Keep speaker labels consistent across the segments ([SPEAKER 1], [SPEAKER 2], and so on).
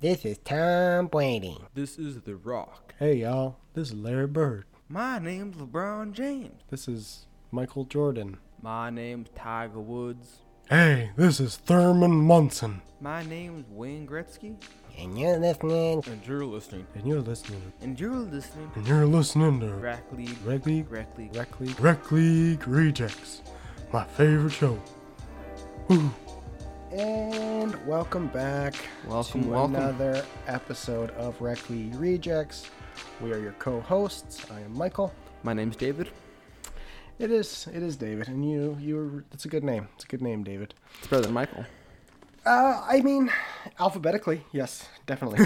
[SPEAKER 1] This is Tom Brady.
[SPEAKER 2] This is The Rock.
[SPEAKER 3] Hey, y'all. This is Larry Bird.
[SPEAKER 2] My name's LeBron James.
[SPEAKER 3] This is Michael Jordan.
[SPEAKER 2] My name's Tiger Woods.
[SPEAKER 3] Hey, this is Thurman Munson.
[SPEAKER 2] My name's Wayne Gretzky.
[SPEAKER 1] And you're listening.
[SPEAKER 2] And you're listening.
[SPEAKER 3] And you're listening.
[SPEAKER 2] And you're listening.
[SPEAKER 3] And you're listening to
[SPEAKER 2] Rack League.
[SPEAKER 3] Reg League,
[SPEAKER 2] Rec League.
[SPEAKER 3] Rec League, Rec League Rejects, my favorite show. Ooh.
[SPEAKER 1] And welcome back
[SPEAKER 2] Welcome,
[SPEAKER 1] to
[SPEAKER 2] welcome.
[SPEAKER 1] another episode of Rec League Rejects. We are your co-hosts. I am Michael.
[SPEAKER 2] My name's David.
[SPEAKER 1] It is it is David, and you you it's a good name. It's a good name, David.
[SPEAKER 2] It's better than Michael.
[SPEAKER 1] Uh, I mean, alphabetically, yes, definitely.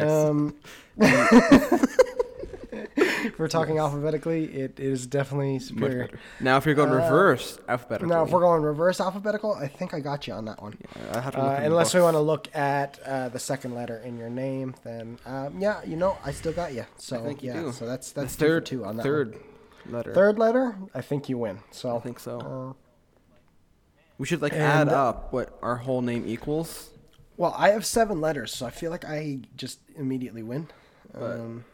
[SPEAKER 1] Um, if we're talking alphabetically, it is definitely
[SPEAKER 2] Much
[SPEAKER 1] superior.
[SPEAKER 2] better. Now, if you're going
[SPEAKER 1] Uh,
[SPEAKER 2] reverse alphabetically.
[SPEAKER 1] Now, if we're going reverse alphabetical, I think I got you on that one.
[SPEAKER 2] I have to look
[SPEAKER 1] Uh,
[SPEAKER 2] in the
[SPEAKER 1] unless we
[SPEAKER 2] box.
[SPEAKER 1] want to look at uh, the second letter in your name, then um, yeah, you know, I still got you. So
[SPEAKER 2] I think you
[SPEAKER 1] yeah,
[SPEAKER 2] do.
[SPEAKER 1] so that's
[SPEAKER 2] The
[SPEAKER 1] that's two for
[SPEAKER 2] third,
[SPEAKER 1] two on that
[SPEAKER 2] third
[SPEAKER 1] one.
[SPEAKER 2] letter.
[SPEAKER 1] third letter. I think you win. So
[SPEAKER 2] I think so.
[SPEAKER 1] Uh,
[SPEAKER 2] we should like
[SPEAKER 1] and-
[SPEAKER 2] add up what our whole name equals.
[SPEAKER 1] well, I have seven letters, so I feel like I just immediately win.
[SPEAKER 2] But-
[SPEAKER 1] Um,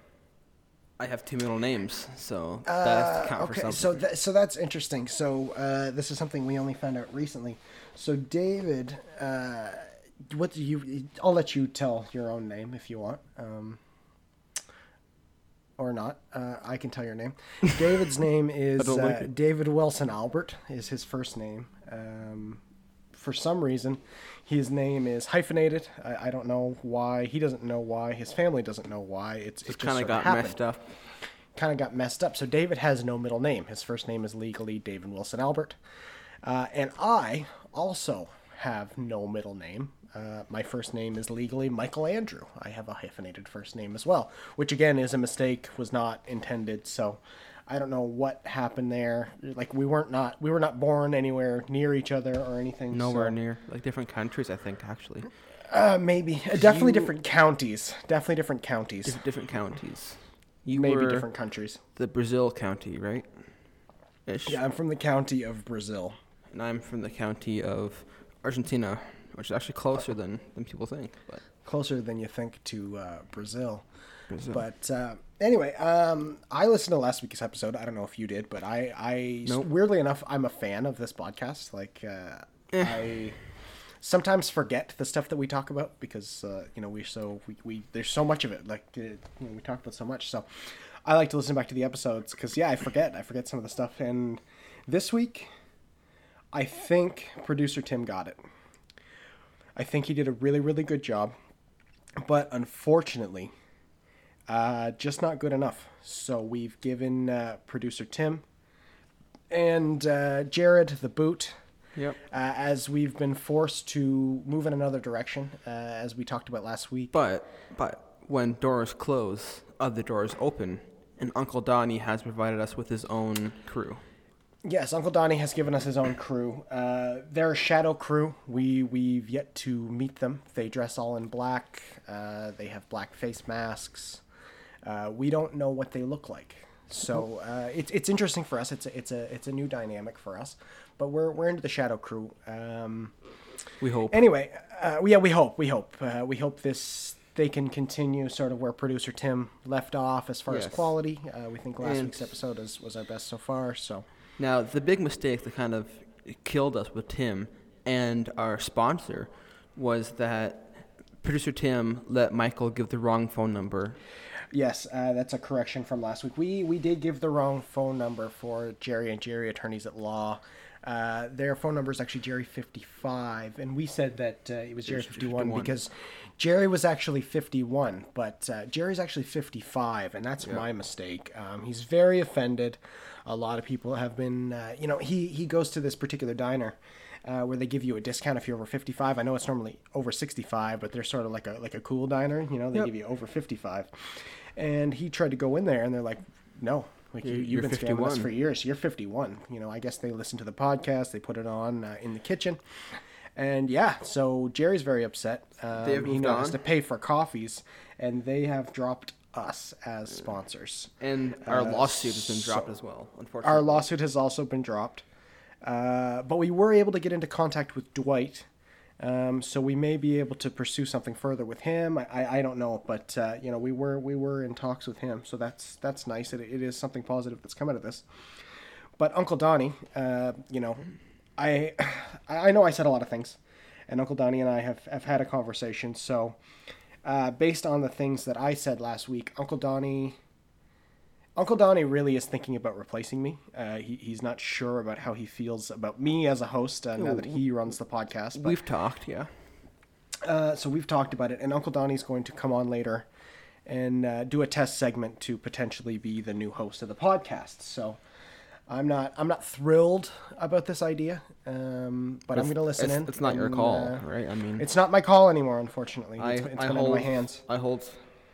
[SPEAKER 2] I have two middle names, so that has to
[SPEAKER 1] Uh,
[SPEAKER 2] count for
[SPEAKER 1] okay,
[SPEAKER 2] something.
[SPEAKER 1] so th- so that's interesting. So uh, this is something we only found out recently. So David, uh, what do you? I'll let you tell your own name if you want, um, or not. Uh, I can tell your name. David's name is
[SPEAKER 2] don't like
[SPEAKER 1] uh,
[SPEAKER 2] it.
[SPEAKER 1] David Wilson Albert. Is his first name. Um, for some reason, his name is hyphenated. I, I don't know why. He doesn't know why. His family doesn't know why. It's it just
[SPEAKER 2] it kind of
[SPEAKER 1] sorta
[SPEAKER 2] got
[SPEAKER 1] happened
[SPEAKER 2] messed up.
[SPEAKER 1] kind of got messed up. So David has no middle name. His first name is legally David Wilson Albert. Uh, and I also have no middle name. Uh, my first name is legally Michael Andrew. I have a hyphenated first name as well, which again is a mistake, was not intended. So I don't know what happened there. Like we weren't not we were not born anywhere near each other or anything.
[SPEAKER 2] Nowhere
[SPEAKER 1] so-
[SPEAKER 2] near. Like different countries, I think, actually.
[SPEAKER 1] Uh, maybe Uh, definitely
[SPEAKER 2] You-
[SPEAKER 1] different counties. Definitely different counties.
[SPEAKER 2] Diff- different counties. You
[SPEAKER 1] Maybe
[SPEAKER 2] were
[SPEAKER 1] different countries.
[SPEAKER 2] the Brazil county, right? Ish.
[SPEAKER 1] Yeah, I'm from the county of Brazil.
[SPEAKER 2] And I'm from the county of Argentina, which is actually closer than, than people think. But
[SPEAKER 1] closer than you think to uh, Brazil.
[SPEAKER 2] Brazil.
[SPEAKER 1] But uh, anyway, um, I listened to last week's episode. I don't know if you did, but I, I
[SPEAKER 2] Nope.
[SPEAKER 1] weirdly enough, I'm a fan of this podcast. Like, uh,
[SPEAKER 2] Eh.
[SPEAKER 1] I sometimes forget the stuff that we talk about because uh, you know we're so we, we there's so much of it. Like, uh, you know, we talk about so much, so I like to listen back to the episodes because yeah, I forget. I forget some of the stuff. And this week, I think producer Tim got it. I think he did a really, really good job, but unfortunately, uh, just not good enough. So we've given uh, producer Tim and uh, Jared the boot.
[SPEAKER 2] Yep.
[SPEAKER 1] Uh, as we've been forced to move in another direction, uh, as we talked about last week.
[SPEAKER 2] But but when doors close, other doors open, and Uncle Donnie has provided us with his own crew.
[SPEAKER 1] Yes, Uncle Donnie has given us his own crew. Uh, they're a shadow crew. We we've yet to meet them. They dress all in black. Uh, they have black face masks. Uh, we don't know what they look like. So uh, it's it's interesting for us. It's a, it's a it's a new dynamic for us. But we're we're into the shadow crew. Um,
[SPEAKER 2] We hope.
[SPEAKER 1] anyway, uh, yeah, we hope, we hope, uh, we hope this they can continue sort of where producer Tim left off as far as
[SPEAKER 2] Yes.
[SPEAKER 1] quality. Uh, we think last
[SPEAKER 2] And-
[SPEAKER 1] week's episode is, was our best so far. So.
[SPEAKER 2] Now, the big mistake that kind of killed us with Tim and our sponsor was that producer Tim let Michael give the wrong phone number.
[SPEAKER 1] Yes, uh, that's a correction from last week. We we did give the wrong phone number for Jerry and Jerry attorneys at law. Uh, their phone number is actually Jerry fifty five, and we said that uh, it was Jerry fifty one
[SPEAKER 2] 51.
[SPEAKER 1] because Jerry was actually fifty one, but uh, Jerry's actually fifty five, and that's my mistake. Um, he's very offended. A lot of people have been, uh, you know, he he goes to this particular diner. Uh, where they give you a discount if you're over 55. I know it's normally over 65, but they're sort of like a like a cool diner, you know. They
[SPEAKER 2] Yep.
[SPEAKER 1] give you over 55. And he tried to go in there, and they're like, no. Like, you,
[SPEAKER 2] You're-
[SPEAKER 1] you've
[SPEAKER 2] you're
[SPEAKER 1] been scamming us
[SPEAKER 2] 51.
[SPEAKER 1] for years. You're 51. You know, I guess they listen to the podcast. They put it on uh, in the kitchen. And yeah, so Jerry's very upset. Um,
[SPEAKER 2] They have
[SPEAKER 1] he
[SPEAKER 2] moved
[SPEAKER 1] now has
[SPEAKER 2] on.
[SPEAKER 1] to pay for coffees, and they have dropped us as sponsors.
[SPEAKER 2] And our
[SPEAKER 1] Uh,
[SPEAKER 2] lawsuit has been dropped as well, unfortunately.
[SPEAKER 1] Our lawsuit has also been dropped. Uh, but we were able to get into contact with Dwight Um, so we may be able to pursue something further with him. I, I, I don't know, but uh, you know we were we were in talks with him, so that's that's nice. It, it is something positive that's come out of this. But Uncle Donnie, uh, you know, I I know I said a lot of things, and Uncle Donnie and I have have had a conversation. So uh, based on the things that I said last week, Uncle Donnie. Uncle Donnie really is thinking about replacing me. Uh, he, he's not sure about how he feels about me as a host uh, now that he runs the podcast. But,
[SPEAKER 2] We've talked, yeah.
[SPEAKER 1] uh, so we've talked about it, and Uncle Donnie's going to come on later and uh, do a test segment to potentially be the new host of the podcast. So I'm not I'm not thrilled about this idea, um, but I'm going to listen
[SPEAKER 2] it's,
[SPEAKER 1] in.
[SPEAKER 2] It's not your
[SPEAKER 1] and,
[SPEAKER 2] call,
[SPEAKER 1] uh,
[SPEAKER 2] right? I mean,
[SPEAKER 1] It's not my call anymore, unfortunately.
[SPEAKER 2] I,
[SPEAKER 1] It's, it's
[SPEAKER 2] I
[SPEAKER 1] been
[SPEAKER 2] hold
[SPEAKER 1] in my hands.
[SPEAKER 2] I hold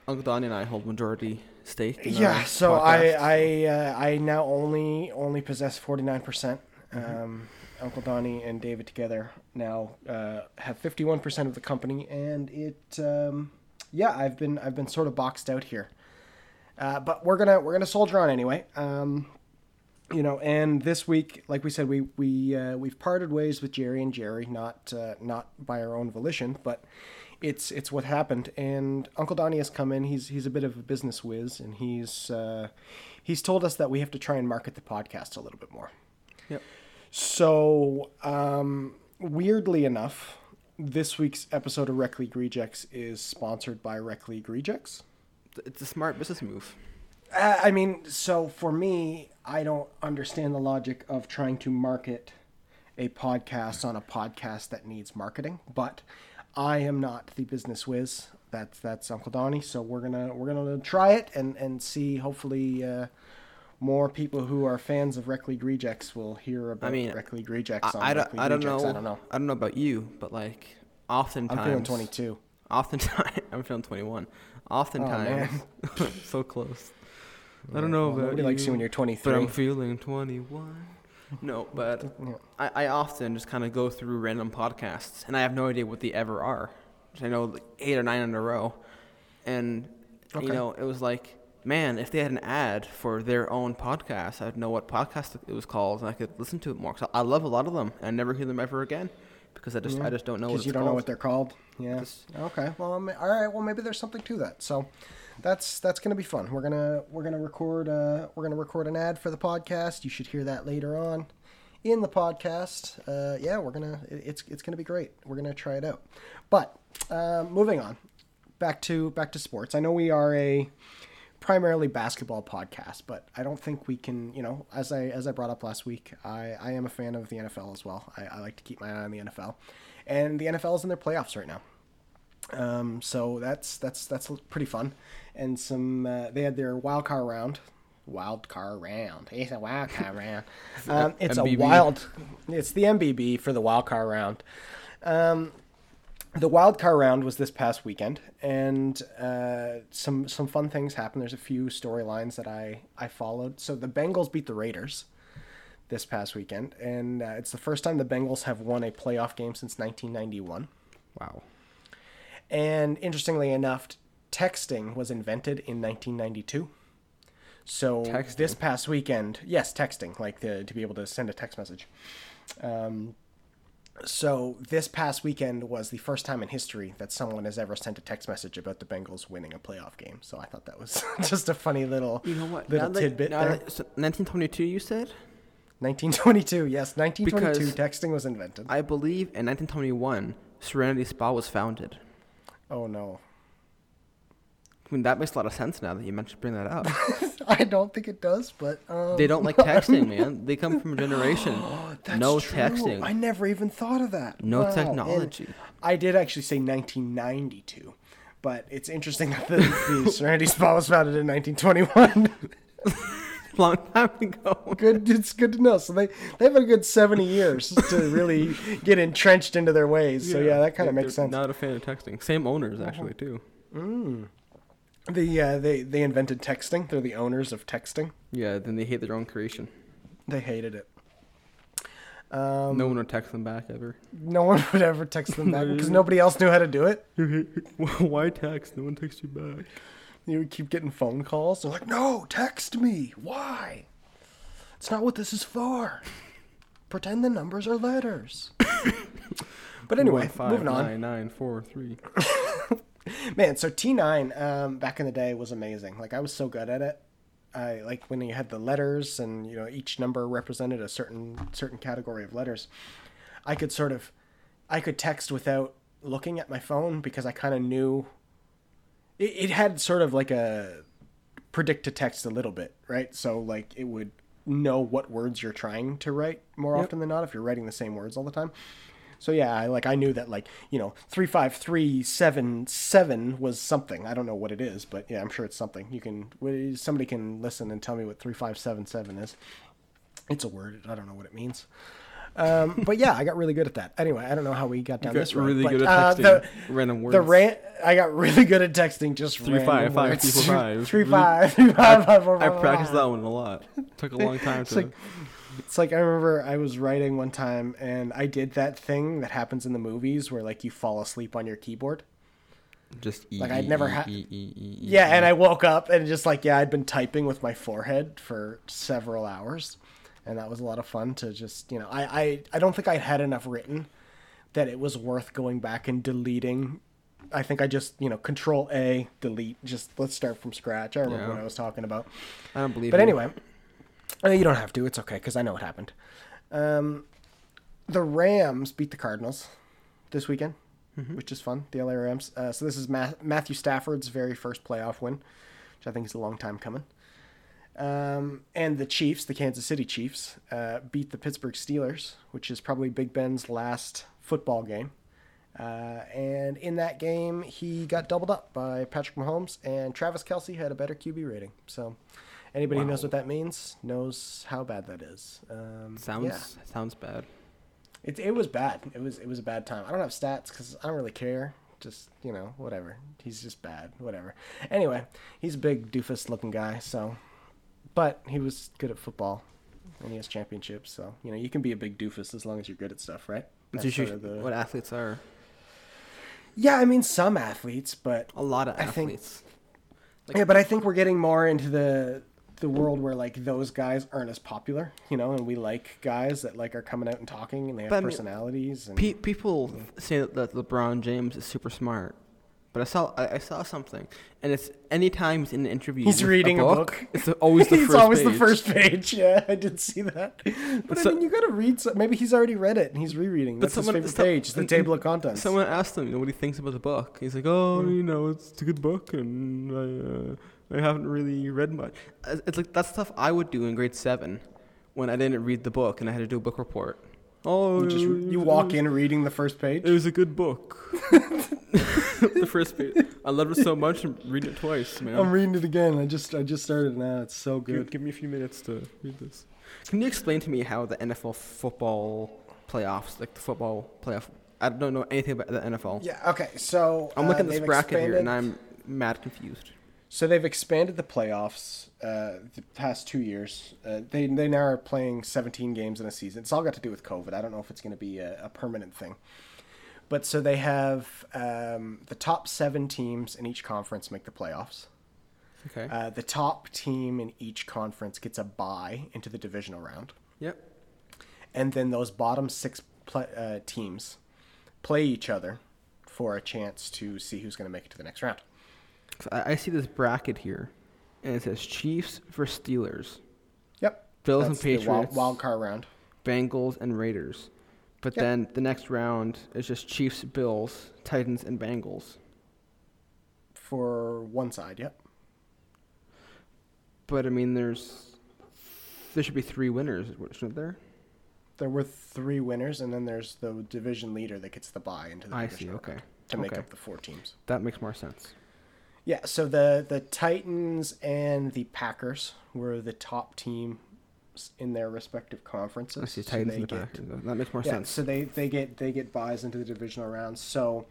[SPEAKER 2] Uncle Donnie and I hold majority stake. in
[SPEAKER 1] yeah
[SPEAKER 2] our
[SPEAKER 1] so
[SPEAKER 2] podcast.
[SPEAKER 1] i i uh, i now only only possess 49 percent um uncle donnie and david together now uh have 51 percent of the company and it um yeah i've been i've been sort of boxed out here uh but we're gonna we're gonna soldier on anyway um you know and this week like we said we we uh, we've parted ways with jerry and jerry not uh, not by our own volition but it's it's what happened and uncle donnie has come in he's he's a bit of a business whiz and he's uh, he's told us that we have to try and market the podcast a little bit more
[SPEAKER 2] Yep.
[SPEAKER 1] so, um, weirdly enough, this week's episode of Rec League Rejects is sponsored by Rec League Rejects.
[SPEAKER 2] It's a smart business move.
[SPEAKER 1] Uh, I mean, so for me, I don't understand the logic of trying to market a podcast on a podcast that needs marketing. But I am not the business whiz. That's that's Uncle Donnie. So we're gonna we're gonna try it and and see. Hopefully, uh, more people who are fans of Rec League Rejects will hear about
[SPEAKER 2] mean,
[SPEAKER 1] Rec League Rejects. on
[SPEAKER 2] I, I,
[SPEAKER 1] Rec
[SPEAKER 2] don't,
[SPEAKER 1] League
[SPEAKER 2] I don't
[SPEAKER 1] Rejects.
[SPEAKER 2] know.
[SPEAKER 1] I don't know.
[SPEAKER 2] I don't know about you, but like oftentimes.
[SPEAKER 1] I'm feeling 22.
[SPEAKER 2] Oftentimes, I'm feeling 21. Oftentimes, so close. I don't know
[SPEAKER 1] Oh, Well,
[SPEAKER 2] about
[SPEAKER 1] nobody likes you when you're
[SPEAKER 2] but
[SPEAKER 1] 23.
[SPEAKER 2] I'm feeling 21. No, but I, I often just kind of go through random podcasts, and I have no idea what they ever are. I know like eight or nine in a row, and you
[SPEAKER 1] Okay.
[SPEAKER 2] know it was like, man, if they had an ad for their own podcast, I'd know what podcast it was called, and I could listen to it more. 'Cause I love a lot of them, and I never hear them ever again because I just I just don't know what
[SPEAKER 1] Because
[SPEAKER 2] it's
[SPEAKER 1] you don't
[SPEAKER 2] called.
[SPEAKER 1] know what they're called. Yeah.
[SPEAKER 2] Just-
[SPEAKER 1] Okay. Well, I'm, all right. Well, maybe there's something to that. So, that's that's gonna be fun. We're gonna we're gonna record uh, we're gonna record an ad for the podcast. You should hear that later on in the podcast. Uh, yeah, we're gonna it- it's it's gonna be great. We're gonna try it out. But uh, moving on back to back to sports. I know we are a primarily basketball podcast, but I don't think we can, you know, as I as I brought up last week, I, I am a fan of the NFL as well. I, I like to keep my eye on the NFL. And the NFL is in their playoffs right now. Um, so that's that's that's pretty fun. And some uh, they had their wild card round. Wild card round. It's a wild card round. Um, it's a
[SPEAKER 2] MBB.
[SPEAKER 1] wild. It's the MBB for the wild card round. Um, the wild card round was this past weekend, and uh, some some fun things happened. There's a few storylines that I I followed. So the Bengals beat the Raiders this past weekend, and uh, it's the first time the Bengals have won a playoff game since 1991.
[SPEAKER 2] Wow.
[SPEAKER 1] And interestingly enough, texting was invented in 1992. So
[SPEAKER 2] Texting?
[SPEAKER 1] this past weekend, yes, texting, like the, to be able to send a text message. Um, so this past weekend was the first time in history that someone has ever sent a text message about the Bengals winning a playoff game. So I thought that was just a funny little
[SPEAKER 2] You know what?
[SPEAKER 1] little
[SPEAKER 2] Now that-
[SPEAKER 1] tidbit
[SPEAKER 2] now
[SPEAKER 1] there.
[SPEAKER 2] that- so 1922, you said?
[SPEAKER 1] 1922, yes, 1922, texting was invented.
[SPEAKER 2] I believe in 1921, Serenity Spa was founded.
[SPEAKER 1] oh no,
[SPEAKER 2] I mean, that makes a lot of sense now that you mentioned bring that up.
[SPEAKER 1] I don't think it does, but um,
[SPEAKER 2] they don't like texting, man. They come from a generation. no texting.
[SPEAKER 1] Oh, I never even thought of that.
[SPEAKER 2] No
[SPEAKER 1] and
[SPEAKER 2] technology.
[SPEAKER 1] I did actually say 1992, but it's interesting that the, the Serenity Spa was founded in 1921.
[SPEAKER 2] Long time ago.
[SPEAKER 1] good, it's good to know. So they they've had a good 70 years to really get entrenched into their ways. so yeah, that kind of
[SPEAKER 2] They're
[SPEAKER 1] makes sense. Uh-huh.
[SPEAKER 2] Not a fan of texting. Same owners, actually, too.
[SPEAKER 1] The uh, they they invented texting. They're the owners of texting.
[SPEAKER 2] Yeah, then they hate their own creation.
[SPEAKER 1] They hated it. Um,
[SPEAKER 2] no one would text them back ever.
[SPEAKER 1] No one would ever text them back because nobody else knew how to do it.
[SPEAKER 2] Why text? No one texts you back.
[SPEAKER 1] You would keep getting phone calls. They're like, no, text me. Why? It's not what this is for. Pretend the numbers are letters. But anyway,
[SPEAKER 2] five,
[SPEAKER 1] moving on.
[SPEAKER 2] nine, nine, four, three.
[SPEAKER 1] Man, so T9 um, back in the day was amazing. Like I was so good at it. I like when you had the letters and you know each number represented a certain certain category of letters. I could sort of I could text without looking at my phone because I kind of knew it, it had sort of like a predict to text a little bit, right? So like it would know what words you're trying to write more often than not if you're writing the same words all the time. So yeah, I like I knew that like you know three five three seven seven was something. I don't know what it is, but yeah, I'm sure it's something. You can w- somebody can listen and tell me what three five seven seven is. It's a word. I don't know what it means. Um, but yeah, I got really good at that. Anyway, I don't know how we got down
[SPEAKER 2] got
[SPEAKER 1] this road.
[SPEAKER 2] really
[SPEAKER 1] but,
[SPEAKER 2] good at
[SPEAKER 1] uh,
[SPEAKER 2] texting
[SPEAKER 1] the,
[SPEAKER 2] random
[SPEAKER 1] The
[SPEAKER 2] words.
[SPEAKER 1] rant. I got really good at texting. Just
[SPEAKER 2] Three,
[SPEAKER 1] random
[SPEAKER 2] five, five,
[SPEAKER 1] words.
[SPEAKER 2] people, five.
[SPEAKER 1] Three five three five five four,
[SPEAKER 2] I
[SPEAKER 1] five,
[SPEAKER 2] practiced
[SPEAKER 1] five.
[SPEAKER 2] that one a lot. Took a long time
[SPEAKER 1] Oh, It's
[SPEAKER 2] to.
[SPEAKER 1] like, it's like I remember I was writing one time and I did that thing that happens in the movies where like you fall asleep on your keyboard.
[SPEAKER 2] just e,
[SPEAKER 1] like, I'd never
[SPEAKER 2] e,
[SPEAKER 1] ha-
[SPEAKER 2] e, e, e, e,
[SPEAKER 1] Yeah, and I woke up and just like yeah, I'd been typing with my forehead for several hours, and that was a lot of fun to just you know I I, I don't think I had enough written that it was worth going back and deleting. I think I just you know Control A delete just let's start from scratch. I remember
[SPEAKER 2] Yeah.
[SPEAKER 1] what I was talking about.
[SPEAKER 2] I don't believe.
[SPEAKER 1] But
[SPEAKER 2] you.
[SPEAKER 1] anyway, uh, you don't have to. It's okay because I know what happened. Um, the Rams beat the Cardinals this weekend, which is fun. The LA Rams. Uh, so this is Ma- Matthew Stafford's very first playoff win, which I think is a long time coming. Um, and the Chiefs, the Kansas City Chiefs, uh, beat the Pittsburgh Steelers, which is probably Big Ben's last football game. Uh, and in that game, he got doubled up by Patrick Mahomes, and Travis Kelsey had a better QB rating. So, anybody who knows what that means knows how bad that is. Um,
[SPEAKER 2] sounds
[SPEAKER 1] yeah.
[SPEAKER 2] sounds bad.
[SPEAKER 1] It, it was bad. It was it was a bad time. I don't have stats because I don't really care. Just you know whatever. He's just bad. Whatever. Anyway, he's a big doofus looking guy. So, but he was good at football, and he has championships. So you know you can be a big doofus as long as you're good at stuff, right?
[SPEAKER 2] That's
[SPEAKER 1] That's sort
[SPEAKER 2] usually
[SPEAKER 1] of the-
[SPEAKER 2] what athletes are.
[SPEAKER 1] Yeah, I mean some athletes, but
[SPEAKER 2] A lot of
[SPEAKER 1] I think-
[SPEAKER 2] athletes. Like-
[SPEAKER 1] yeah, but I think we're getting more into the the world where like those guys aren't as popular, you know, and we like guys that like are coming out and talking and they have
[SPEAKER 2] But I mean,
[SPEAKER 1] personalities. and
[SPEAKER 2] Pe- people say that, that LeBron James is super smart, but I saw I, I saw something, and it's anytime he's in an interview.
[SPEAKER 1] He's
[SPEAKER 2] with
[SPEAKER 1] reading a
[SPEAKER 2] a book.
[SPEAKER 1] book.
[SPEAKER 2] It's always the
[SPEAKER 1] it's
[SPEAKER 2] first.
[SPEAKER 1] always the
[SPEAKER 2] page.
[SPEAKER 1] first page. Yeah, I did see that. But
[SPEAKER 2] So-
[SPEAKER 1] I mean, you gotta read. Some, maybe he's already read it and he's rereading.
[SPEAKER 2] But
[SPEAKER 1] That's
[SPEAKER 2] someone-
[SPEAKER 1] his
[SPEAKER 2] some-
[SPEAKER 1] favorite page. Hmm. It's the
[SPEAKER 2] and-
[SPEAKER 1] table of contents.
[SPEAKER 2] Someone asked him, you know, what he thinks about the book. He's like, oh, you know, it's a good book, and I, uh, I haven't really read much. Uh, It's it's like that's stuff I would do in grade seven, when I didn't read the book and I had to do a book report. Oh,
[SPEAKER 1] you, just,
[SPEAKER 2] it
[SPEAKER 1] you
[SPEAKER 2] was-
[SPEAKER 1] walk in reading the first page.
[SPEAKER 2] It was a good book. the first page. I loved it so much. I'm reading it twice, man.
[SPEAKER 1] I'm reading it again. I just I just started now. It's so
[SPEAKER 2] Give,
[SPEAKER 1] good.
[SPEAKER 2] give me a few minutes to read this. Can you explain to me how the NFL football playoffs, like the football playoff? I don't know anything about the NFL.
[SPEAKER 1] Yeah. Okay. So
[SPEAKER 2] I'm
[SPEAKER 1] uh,
[SPEAKER 2] looking at this
[SPEAKER 1] they've
[SPEAKER 2] bracket here
[SPEAKER 1] expanded-
[SPEAKER 2] and I'm mad confused.
[SPEAKER 1] So they've expanded the playoffs uh, the past two years. Uh, they they now are playing 17 games in a season. It's all got to do with COVID. I don't know if it's going to be a, a permanent thing. But so they have um, the top seven teams in each conference make the playoffs.
[SPEAKER 2] Okay.
[SPEAKER 1] Uh, the top team in each conference gets a bye into the divisional round,
[SPEAKER 2] yep.
[SPEAKER 1] and then those bottom six pla uh, teams play each other for a chance to see who's going to make it to the next round.
[SPEAKER 2] 'Cause I, I see this bracket here, and it says Chiefs versus Steelers,
[SPEAKER 1] Yep.
[SPEAKER 2] Bills and
[SPEAKER 1] the wild-
[SPEAKER 2] Patriots.
[SPEAKER 1] wild card round.
[SPEAKER 2] Bengals and Raiders. But
[SPEAKER 1] Yep.
[SPEAKER 2] then the next round is just Chiefs, Bills, Titans, and Bengals.
[SPEAKER 1] for one side. Yep.
[SPEAKER 2] But I mean, there's there should be three winners, shouldn't there?
[SPEAKER 1] There were three winners, and then there's the division leader that gets the bye into the
[SPEAKER 2] I
[SPEAKER 1] division
[SPEAKER 2] see.
[SPEAKER 1] round
[SPEAKER 2] Okay.
[SPEAKER 1] to make
[SPEAKER 2] Okay.
[SPEAKER 1] up the four teams.
[SPEAKER 2] That makes more sense.
[SPEAKER 1] Yeah. So the the Titans and the Packers were the top team in their respective conferences.
[SPEAKER 2] I see.
[SPEAKER 1] so
[SPEAKER 2] Titans
[SPEAKER 1] they
[SPEAKER 2] and the
[SPEAKER 1] get-
[SPEAKER 2] Packers. That makes more
[SPEAKER 1] Yeah,
[SPEAKER 2] sense.
[SPEAKER 1] so they, they get they get buys into the divisional rounds. So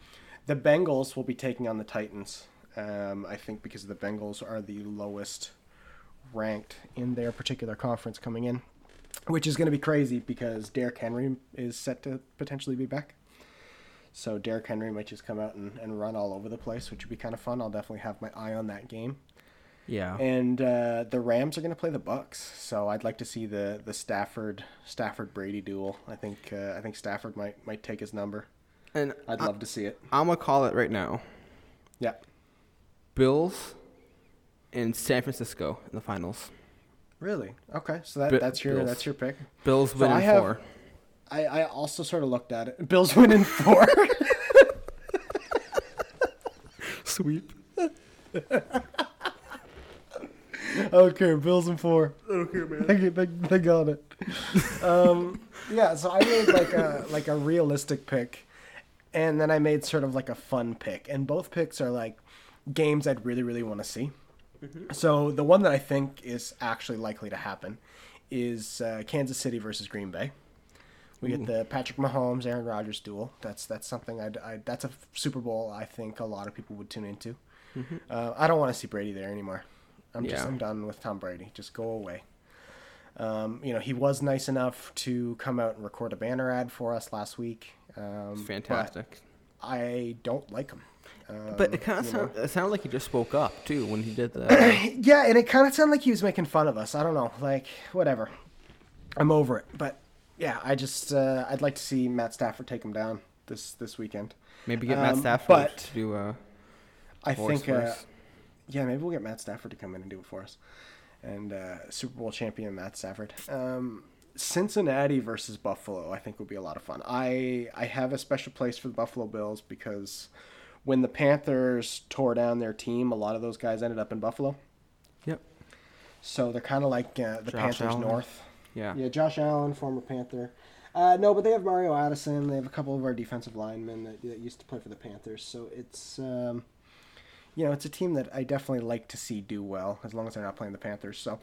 [SPEAKER 1] the Bengals will be taking on the Titans. Um, I think because the Bengals are the lowest ranked in their particular conference coming in, which is going to be crazy because Derrick Henry is set to potentially be back. So Derrick Henry might just come out and, and run all over the place, which would be kind of fun. I'll definitely have my eye on that game.
[SPEAKER 2] Yeah.
[SPEAKER 1] And uh, the Rams are going to play the Bucks, so I'd like to see the the Stafford Stafford Brady duel. I think uh, I think Stafford might might take his number.
[SPEAKER 2] And
[SPEAKER 1] I'd love to see it.
[SPEAKER 2] I'm gonna call it right now.
[SPEAKER 1] Yeah.
[SPEAKER 2] Bills and San Francisco in the finals.
[SPEAKER 1] Really? Okay. So that,
[SPEAKER 2] Bi-
[SPEAKER 1] that's your
[SPEAKER 2] Bills.
[SPEAKER 1] that's your pick.
[SPEAKER 2] Bills
[SPEAKER 1] So
[SPEAKER 2] win
[SPEAKER 1] I
[SPEAKER 2] in
[SPEAKER 1] have-
[SPEAKER 2] four.
[SPEAKER 1] I, I also sort of looked at it. Bills win in four.
[SPEAKER 2] Sweep.
[SPEAKER 1] okay, Bills in four.
[SPEAKER 2] I don't care, man.
[SPEAKER 1] They, they, they got it. Um, yeah, so I made like a like a realistic pick, and then I made sort of like a fun pick, and both picks are like games I'd really really want to see. So the one that I think is actually likely to happen is uh, Kansas City versus Green Bay. We get the Patrick Mahomes Aaron Rodgers duel. That's that's something I'd, i that's a Super Bowl I think a lot of people would tune into. Uh, I don't want to see Brady there anymore. I'm just
[SPEAKER 2] Yeah.
[SPEAKER 1] I'm done with Tom Brady. Just go away. Um, you know he was nice enough to come out and record a banner ad for us last week. Um, but um,
[SPEAKER 2] Fantastic.
[SPEAKER 1] I don't like him. Um,
[SPEAKER 2] But it kind of sound, it sounded like he just spoke up too when he did that.
[SPEAKER 1] yeah, and it kind of sounded like he was making fun of us. I don't know, like whatever. I'm over it, but yeah, I just uh, I'd like to see Matt Stafford take him down this this weekend.
[SPEAKER 2] Maybe get Matt
[SPEAKER 1] Um,
[SPEAKER 2] Stafford
[SPEAKER 1] but-
[SPEAKER 2] to do a
[SPEAKER 1] I
[SPEAKER 2] voice
[SPEAKER 1] think uh,
[SPEAKER 2] first.
[SPEAKER 1] yeah, maybe we'll get Matt Stafford to come in and do it for us, and uh, Super Bowl champion Matt Stafford. Um, Cincinnati versus Buffalo, I think, would be a lot of fun. I I have a special place for the Buffalo Bills because when the Panthers tore down their team, a lot of those guys ended up in Buffalo.
[SPEAKER 2] Yep.
[SPEAKER 1] So they're kind of like uh, the
[SPEAKER 2] Josh
[SPEAKER 1] Panthers
[SPEAKER 2] Allen.
[SPEAKER 1] North.
[SPEAKER 2] Yeah.
[SPEAKER 1] Yeah, Josh Allen, former Panther. Uh, no, but they have Mario Addison. They have a couple of our defensive linemen that, that used to play for the Panthers. So it's, um, you know, it's a team that I definitely like to see do well as long as they're not playing the Panthers. So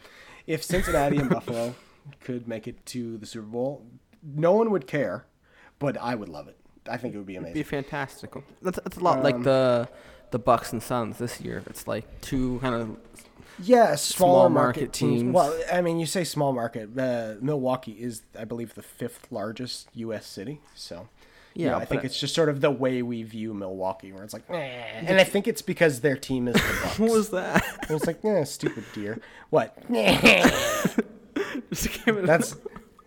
[SPEAKER 1] if Cincinnati and Buffalo could make it to the Super Bowl, no one would care, but I would love it. I think it would be
[SPEAKER 2] be
[SPEAKER 1] amazing.
[SPEAKER 2] fantastic. That's, that's a lot
[SPEAKER 1] Um,
[SPEAKER 2] like the the Bucks and Suns this year. It's like two kind of
[SPEAKER 1] Yeah, smaller
[SPEAKER 2] Small
[SPEAKER 1] market,
[SPEAKER 2] market
[SPEAKER 1] teams.
[SPEAKER 2] teams.
[SPEAKER 1] Well, I mean, you say small market. Uh, Milwaukee is, I believe, the fifth largest U.S. city. So, yeah,
[SPEAKER 2] Yeah,
[SPEAKER 1] I think
[SPEAKER 2] but-
[SPEAKER 1] it's just sort of the way we view Milwaukee, where it's like, "Meh." and I think it's because their team is the Bucks.
[SPEAKER 2] what was that?
[SPEAKER 1] Well, it's like, eh, stupid deer. What?
[SPEAKER 2] Just came in-
[SPEAKER 1] That's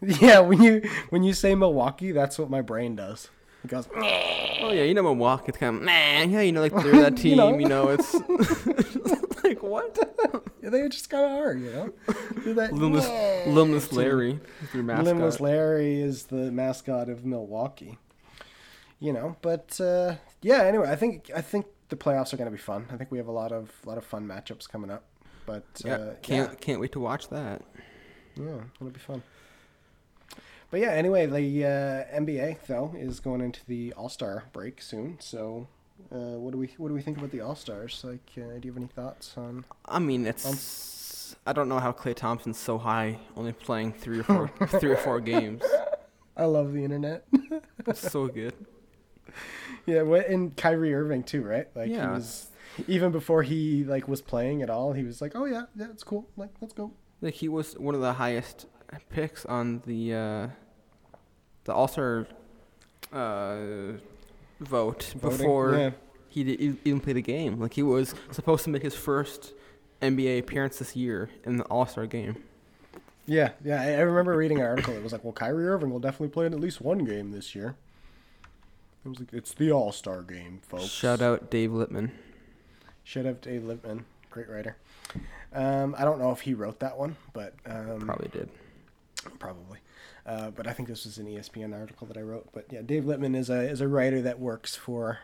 [SPEAKER 1] yeah. When you when you say Milwaukee, that's what my brain does. It goes.
[SPEAKER 2] oh yeah, you know Milwaukee. It's kind of man. Yeah, you know like they're that team.
[SPEAKER 1] You
[SPEAKER 2] you,
[SPEAKER 1] know.
[SPEAKER 2] know. it's like what?
[SPEAKER 1] They just kind of are, you know. Do that.
[SPEAKER 2] Lumless, Lumless Larry, is your mascot.
[SPEAKER 1] Limbless Larry is the mascot of Milwaukee. You know, but uh, yeah. Anyway, I think I think the playoffs are going to be fun. I think we have a lot of lot of fun matchups coming up. But
[SPEAKER 2] yeah,
[SPEAKER 1] uh,
[SPEAKER 2] can't can't wait to watch that.
[SPEAKER 1] yeah, yeah, it'll be fun. But yeah, anyway, the uh, NBA though is going into the All Star break soon. So, uh, what do we what do we think about the All Stars? Like, uh, do you have any thoughts on?
[SPEAKER 2] I mean,
[SPEAKER 1] Um,
[SPEAKER 2] it's I don't know how Clay Thompson's so high, only playing three or four three or four games.
[SPEAKER 1] I love the internet.
[SPEAKER 2] It's so good.
[SPEAKER 1] Yeah, what and Kyrie Irving too, right? Like he
[SPEAKER 2] Yeah.
[SPEAKER 1] was even before he like was playing at all, he was like, "Oh yeah, yeah, it's cool. Like, let's go."
[SPEAKER 2] Like he was one of the highest picks on the uh, the All Star uh, vote
[SPEAKER 1] Voting,
[SPEAKER 2] before
[SPEAKER 1] yeah.
[SPEAKER 2] he did, e- even played a game. Like he was supposed to make his first NBA appearance this year in the All Star game.
[SPEAKER 1] Yeah, yeah. I, I remember reading an article. It was like, "Well, Kyrie Irving will definitely play in at least one game this year." It was like, "It's the All Star game, folks."
[SPEAKER 2] Shout out Dave Littman.
[SPEAKER 1] Shout out to Dave Lipman, great writer. Um, I don't know if he wrote that one, but um,
[SPEAKER 2] Probably did.
[SPEAKER 1] probably. Uh, but I think this was an ESPN article that I wrote. But yeah, Dave Littman is a is a writer that works for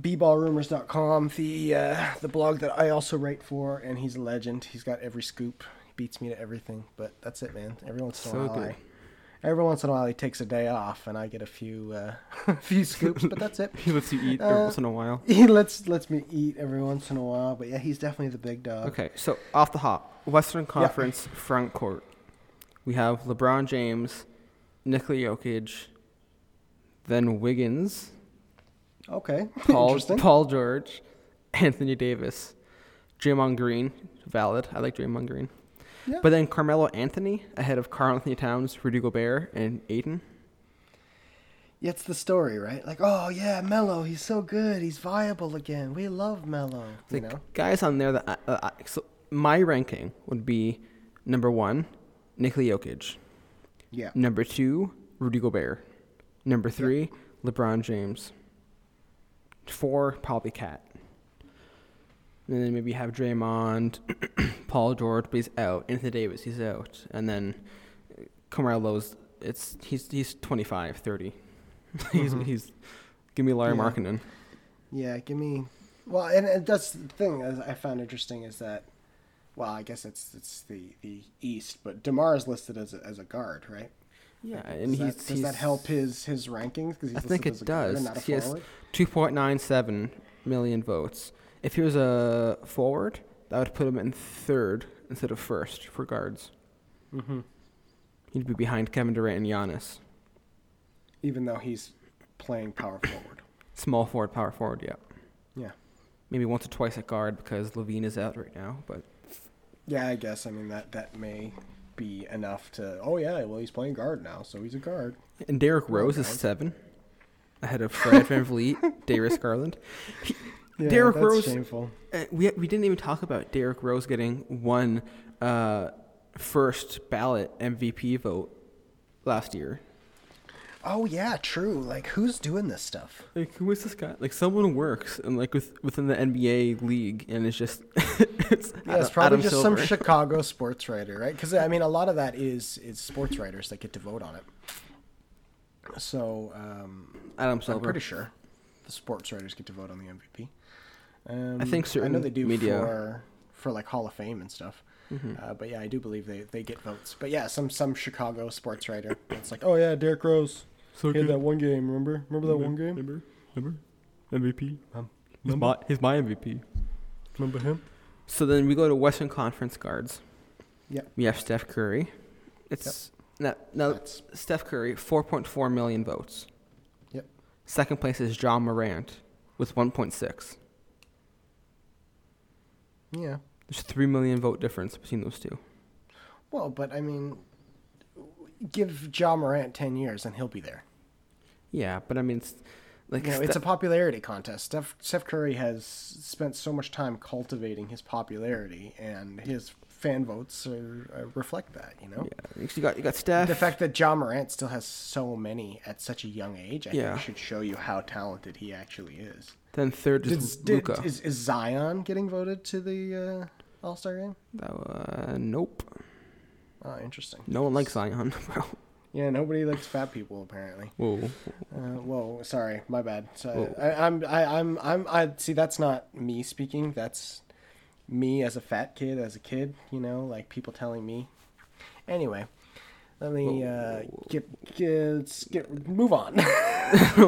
[SPEAKER 1] bballrumors.com, the uh, the blog that I also write for, and he's a legend. He's got every scoop. He beats me to everything. But that's it, man. Every once in a
[SPEAKER 2] So
[SPEAKER 1] while,
[SPEAKER 2] good.
[SPEAKER 1] I, every once in a while, he takes a day off, and I get a few uh, a few scoops. But that's it.
[SPEAKER 2] He lets you eat
[SPEAKER 1] Uh,
[SPEAKER 2] every once in a while.
[SPEAKER 1] He lets lets me eat every once in a while. But yeah, he's definitely the big dog.
[SPEAKER 2] Okay, so off the hop, Western Conference front court. We have LeBron James, Nikola Jokic, then Wiggins,
[SPEAKER 1] Okay.
[SPEAKER 2] Paul
[SPEAKER 1] Interesting.
[SPEAKER 2] Paul George, Anthony Davis, Draymond Green, valid. I like Draymond Green.
[SPEAKER 1] Yeah.
[SPEAKER 2] But then Carmelo Anthony ahead of Carl Anthony Towns, Rudy Gobert, and Aiden.
[SPEAKER 1] Yeah, it's the story, right? Like, oh yeah, Mello, he's so good, he's viable again. We love Mello, you
[SPEAKER 2] Like
[SPEAKER 1] know.
[SPEAKER 2] guys on there that I, uh, I, so my ranking would be number one, Nikola Jokic.
[SPEAKER 1] Yeah,
[SPEAKER 2] Number two, Rudy Gobert. Number three, LeBron James. Four, probably Cat. And then maybe have Draymond, Paul George, but he's out. Anthony Davis, he's out. And then uh, Kawhi Lowe's, it's he's he's 25, 30. he's he's give me Larry
[SPEAKER 1] Mm-hmm. Yeah.
[SPEAKER 2] Markkinen.
[SPEAKER 1] Yeah, give me. Well, and, and that's the thing as I found interesting is that, well, I guess it's it's the the East, but Demar is listed as a, as a guard, right?
[SPEAKER 2] Yeah,
[SPEAKER 1] Does,
[SPEAKER 2] Uh, and he's
[SPEAKER 1] that, does that
[SPEAKER 2] he's-
[SPEAKER 1] help his his rankings? Because
[SPEAKER 2] I think it
[SPEAKER 1] Guard and
[SPEAKER 2] does.
[SPEAKER 1] not a
[SPEAKER 2] He has
[SPEAKER 1] forward.
[SPEAKER 2] 2.97 million votes. If he was a forward, that would put him in third instead of first for guards.
[SPEAKER 1] Mm-hmm.
[SPEAKER 2] He'd be behind Kevin Durant and Giannis.
[SPEAKER 1] Even though he's playing power forward.
[SPEAKER 2] Small forward, power forward, yeah.
[SPEAKER 1] Yeah.
[SPEAKER 2] Maybe once or twice at guard because Levine is out right now. But
[SPEAKER 1] Yeah, I guess. I mean that that may be enough to. Oh yeah, well he's playing guard now, so he's a guard.
[SPEAKER 2] and Derrick Rose is seven, ahead of Fred VanVleet, Darius Garland. He-
[SPEAKER 1] Yeah,
[SPEAKER 2] Derrick
[SPEAKER 1] that's
[SPEAKER 2] Rose
[SPEAKER 1] Shameful.
[SPEAKER 2] Uh, we we didn't even talk about Derrick Rose getting one uh, first ballot MVP vote last year.
[SPEAKER 1] Oh yeah, true. Like who's doing this stuff?
[SPEAKER 2] Like who is this guy? Like someone works and like with, within the NBA league, and it's just it's,
[SPEAKER 1] Yeah, it's probably just some Chicago sports writer, right? Because I mean, a lot of that is is sports writers that get to vote on it. So um,
[SPEAKER 2] Adam
[SPEAKER 1] I'm
[SPEAKER 2] Silver.
[SPEAKER 1] pretty sure the sports writers get to vote on the MVP. Um,
[SPEAKER 2] think
[SPEAKER 1] I know
[SPEAKER 2] certain
[SPEAKER 1] they do
[SPEAKER 2] media- Mm-hmm.
[SPEAKER 1] for for like Hall of Fame and stuff. Uh, but yeah, I do believe they, they get votes. But yeah, some some Chicago sports writer. It's like, oh yeah, Derrick Rose.
[SPEAKER 3] So
[SPEAKER 1] he had
[SPEAKER 3] good.
[SPEAKER 1] that one game. Remember? Remember that one game?
[SPEAKER 3] Remember? Remember? MVP?
[SPEAKER 2] He's my, he's my MVP.
[SPEAKER 3] Remember him?
[SPEAKER 2] So then we go to Western Conference guards.
[SPEAKER 1] Yep.
[SPEAKER 2] We have Steph Curry. It's now, now
[SPEAKER 1] That's-
[SPEAKER 2] Steph Curry, 4.4 million votes.
[SPEAKER 1] Yep.
[SPEAKER 2] Second place is John Morant with 1.6.
[SPEAKER 1] Yeah.
[SPEAKER 2] There's three million vote difference between those two.
[SPEAKER 1] Well, but I mean, give John Morant ten years and he'll be there.
[SPEAKER 2] Yeah, but I mean, it's like
[SPEAKER 1] you know, it's a
[SPEAKER 2] Ste-
[SPEAKER 1] popularity contest. Steph, Steph Curry has spent so much time cultivating his popularity, and his fan votes are, uh, reflect that. You know,
[SPEAKER 2] yeah, you got you got Steph.
[SPEAKER 1] the fact that John Morant still has so many at such a young age, I
[SPEAKER 2] Yeah.
[SPEAKER 1] think, should show you how talented he actually is.
[SPEAKER 2] then third
[SPEAKER 1] Did,
[SPEAKER 2] is
[SPEAKER 1] did-
[SPEAKER 2] Luca.
[SPEAKER 1] is, is Zion getting voted to the uh, All Star game?
[SPEAKER 2] Uh, nope,
[SPEAKER 1] Oh, interesting.
[SPEAKER 2] no one likes Zion. Bro.
[SPEAKER 1] Yeah, nobody likes fat people apparently.
[SPEAKER 2] Whoa,
[SPEAKER 1] Uh, whoa, sorry, my bad. So
[SPEAKER 2] Whoa.
[SPEAKER 1] I, I'm, I, I'm, I'm, I see. That's not me speaking. That's me as a fat kid, as a kid. You know, like people telling me. Anyway, let me uh, get, get, skip- move on.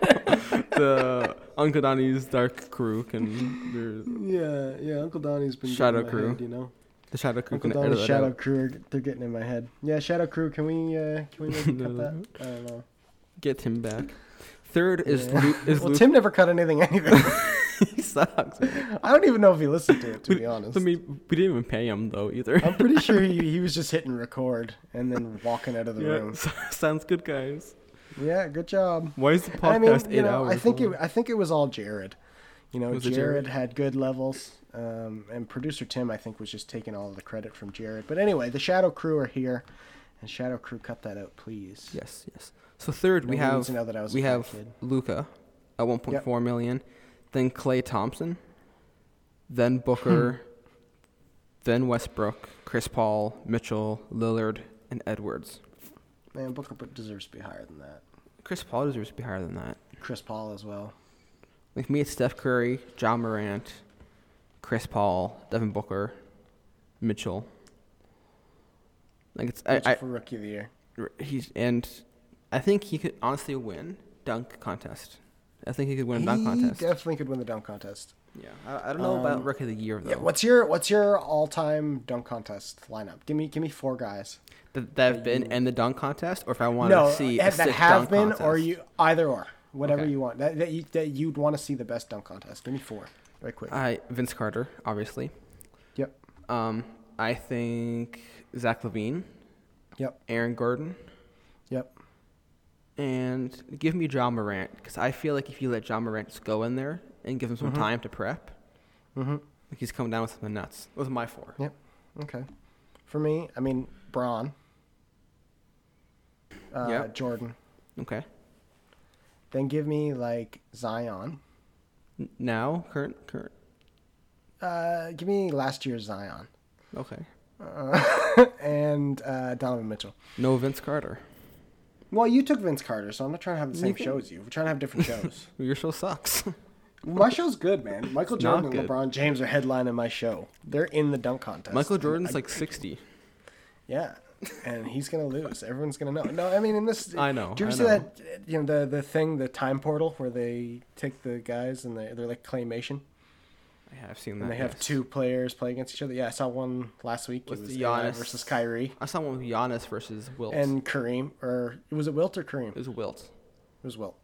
[SPEAKER 2] the Uncle Donnie's dark crew can their-
[SPEAKER 1] yeah, yeah. Uncle Donnie's been getting
[SPEAKER 2] Shadow
[SPEAKER 1] in my
[SPEAKER 2] Crew.
[SPEAKER 1] head, you know,
[SPEAKER 2] the shadow crew
[SPEAKER 1] Uncle
[SPEAKER 2] can edit
[SPEAKER 1] Donnie's
[SPEAKER 2] that
[SPEAKER 1] Shadow
[SPEAKER 2] out.
[SPEAKER 1] Crew. are- They're getting in my head. Yeah, Shadow Crew. Can we, uh, can we maybe cut that? I don't know.
[SPEAKER 2] get him back. Third is
[SPEAKER 1] Yeah.
[SPEAKER 2] Lu- is
[SPEAKER 1] well,
[SPEAKER 2] Luka.
[SPEAKER 1] Tim never cut anything. Anything.
[SPEAKER 2] he sucks. man.
[SPEAKER 1] I don't even know if he listened to it. To
[SPEAKER 2] We-
[SPEAKER 1] be honest.
[SPEAKER 2] I mean, we didn't even pay him though either.
[SPEAKER 1] I'm pretty sure he, he was just hitting record and then walking out of the
[SPEAKER 2] yeah,
[SPEAKER 1] room.
[SPEAKER 2] sounds good, guys.
[SPEAKER 1] Yeah, good job.
[SPEAKER 2] Why is the podcast
[SPEAKER 1] I mean,
[SPEAKER 2] eight
[SPEAKER 1] you know,
[SPEAKER 2] hours?
[SPEAKER 1] I think
[SPEAKER 2] long?
[SPEAKER 1] it, I think it was all Jared. You know,
[SPEAKER 2] Was it
[SPEAKER 1] Jared,
[SPEAKER 2] Jared?
[SPEAKER 1] had good levels, um, and producer Tim I think was just taking all of the credit from Jared. But anyway, the Shadow Crew are here, and Shadow Crew, cut that out, please.
[SPEAKER 2] Yes, yes. So third, we
[SPEAKER 1] Nobody needs
[SPEAKER 2] have
[SPEAKER 1] to know that I was a
[SPEAKER 2] we
[SPEAKER 1] fat
[SPEAKER 2] have
[SPEAKER 1] kid.
[SPEAKER 2] Luca at 1.4 million, then Clay Thompson, then
[SPEAKER 1] Hmm.
[SPEAKER 2] Booker, then Westbrook, Chris Paul, Mitchell, Lillard, and Edwards.
[SPEAKER 1] Man, Booker Bo- deserves to be higher than that.
[SPEAKER 2] Chris Paul deserves to be higher than that.
[SPEAKER 1] Chris Paul as well.
[SPEAKER 2] Like me, it's Steph Curry, John Morant, Chris Paul, Devin Booker, Mitchell. Like it's I,
[SPEAKER 1] Mitchell
[SPEAKER 2] I,
[SPEAKER 1] for Rookie of the Year.
[SPEAKER 2] R- He's and I think he could honestly win dunk contest. I think he could win a dunk
[SPEAKER 1] he
[SPEAKER 2] contest.
[SPEAKER 1] definitely could win the dunk contest.
[SPEAKER 2] yeah, I, I don't know about rookie of the year though.
[SPEAKER 1] Um, Yeah, what's your what's your all time dunk contest lineup? Give me give me four guys.
[SPEAKER 2] that, that have been in the dunk contest, or if I want
[SPEAKER 1] no,
[SPEAKER 2] to see
[SPEAKER 1] that
[SPEAKER 2] a
[SPEAKER 1] that
[SPEAKER 2] sick
[SPEAKER 1] have
[SPEAKER 2] dunk
[SPEAKER 1] been or
[SPEAKER 2] contest.
[SPEAKER 1] you either or whatever
[SPEAKER 2] Okay.
[SPEAKER 1] you want that, that, you, that you'd want to see the best dunk contest. Give me four, right quick.
[SPEAKER 2] I Vince Carter, obviously.
[SPEAKER 1] yep,
[SPEAKER 2] Um, I think Zach Levine,
[SPEAKER 1] yep,
[SPEAKER 2] Aaron Gordon,
[SPEAKER 1] yep.
[SPEAKER 2] and give me John Morant because I feel like if you let John Morant just go in there and give him
[SPEAKER 1] Mm-hmm.
[SPEAKER 2] some time to prep,
[SPEAKER 1] Mhm.
[SPEAKER 2] like he's coming down with something nuts. Those are my four.
[SPEAKER 1] Yep. Okay. For me, I mean Braun, uh,
[SPEAKER 2] Yep.
[SPEAKER 1] Jordan,
[SPEAKER 2] Okay.
[SPEAKER 1] Then give me like Zion.
[SPEAKER 2] N- Now, current, current.
[SPEAKER 1] Uh, give me last year's Zion
[SPEAKER 2] Okay.
[SPEAKER 1] uh, and uh, Donovan Mitchell.
[SPEAKER 2] No Vince Carter.
[SPEAKER 1] Well, you took Vince Carter, so I'm not trying to have the
[SPEAKER 2] You
[SPEAKER 1] same
[SPEAKER 2] can-
[SPEAKER 1] show as you. We're trying to have different shows.
[SPEAKER 2] Your show sucks.
[SPEAKER 1] my show's good, man. Michael
[SPEAKER 2] It's not
[SPEAKER 1] Jordan and
[SPEAKER 2] good.
[SPEAKER 1] LeBron James are headlining my show. They're in the dunk contest.
[SPEAKER 2] Michael
[SPEAKER 1] And
[SPEAKER 2] Jordan's
[SPEAKER 1] I-
[SPEAKER 2] like 60.
[SPEAKER 1] Yeah, and he's gonna lose. Everyone's gonna know. No, I mean in this.
[SPEAKER 2] I know,
[SPEAKER 1] Do you
[SPEAKER 2] I
[SPEAKER 1] ever see
[SPEAKER 2] know.
[SPEAKER 1] that? You know the the thing, the time portal, where they take the guys and they they're like claymation,
[SPEAKER 2] Yeah, I've seen that.
[SPEAKER 1] and they have
[SPEAKER 2] yes.
[SPEAKER 1] two players play against each other. Yeah, I saw one last week.
[SPEAKER 2] With
[SPEAKER 1] it was
[SPEAKER 2] the
[SPEAKER 1] AI
[SPEAKER 2] Giannis.
[SPEAKER 1] versus Kyrie
[SPEAKER 2] I saw one with Giannis versus Wilt.
[SPEAKER 1] and Kareem, or was it Wilt or Kareem?
[SPEAKER 2] it was Wilt.
[SPEAKER 1] It was Wilt.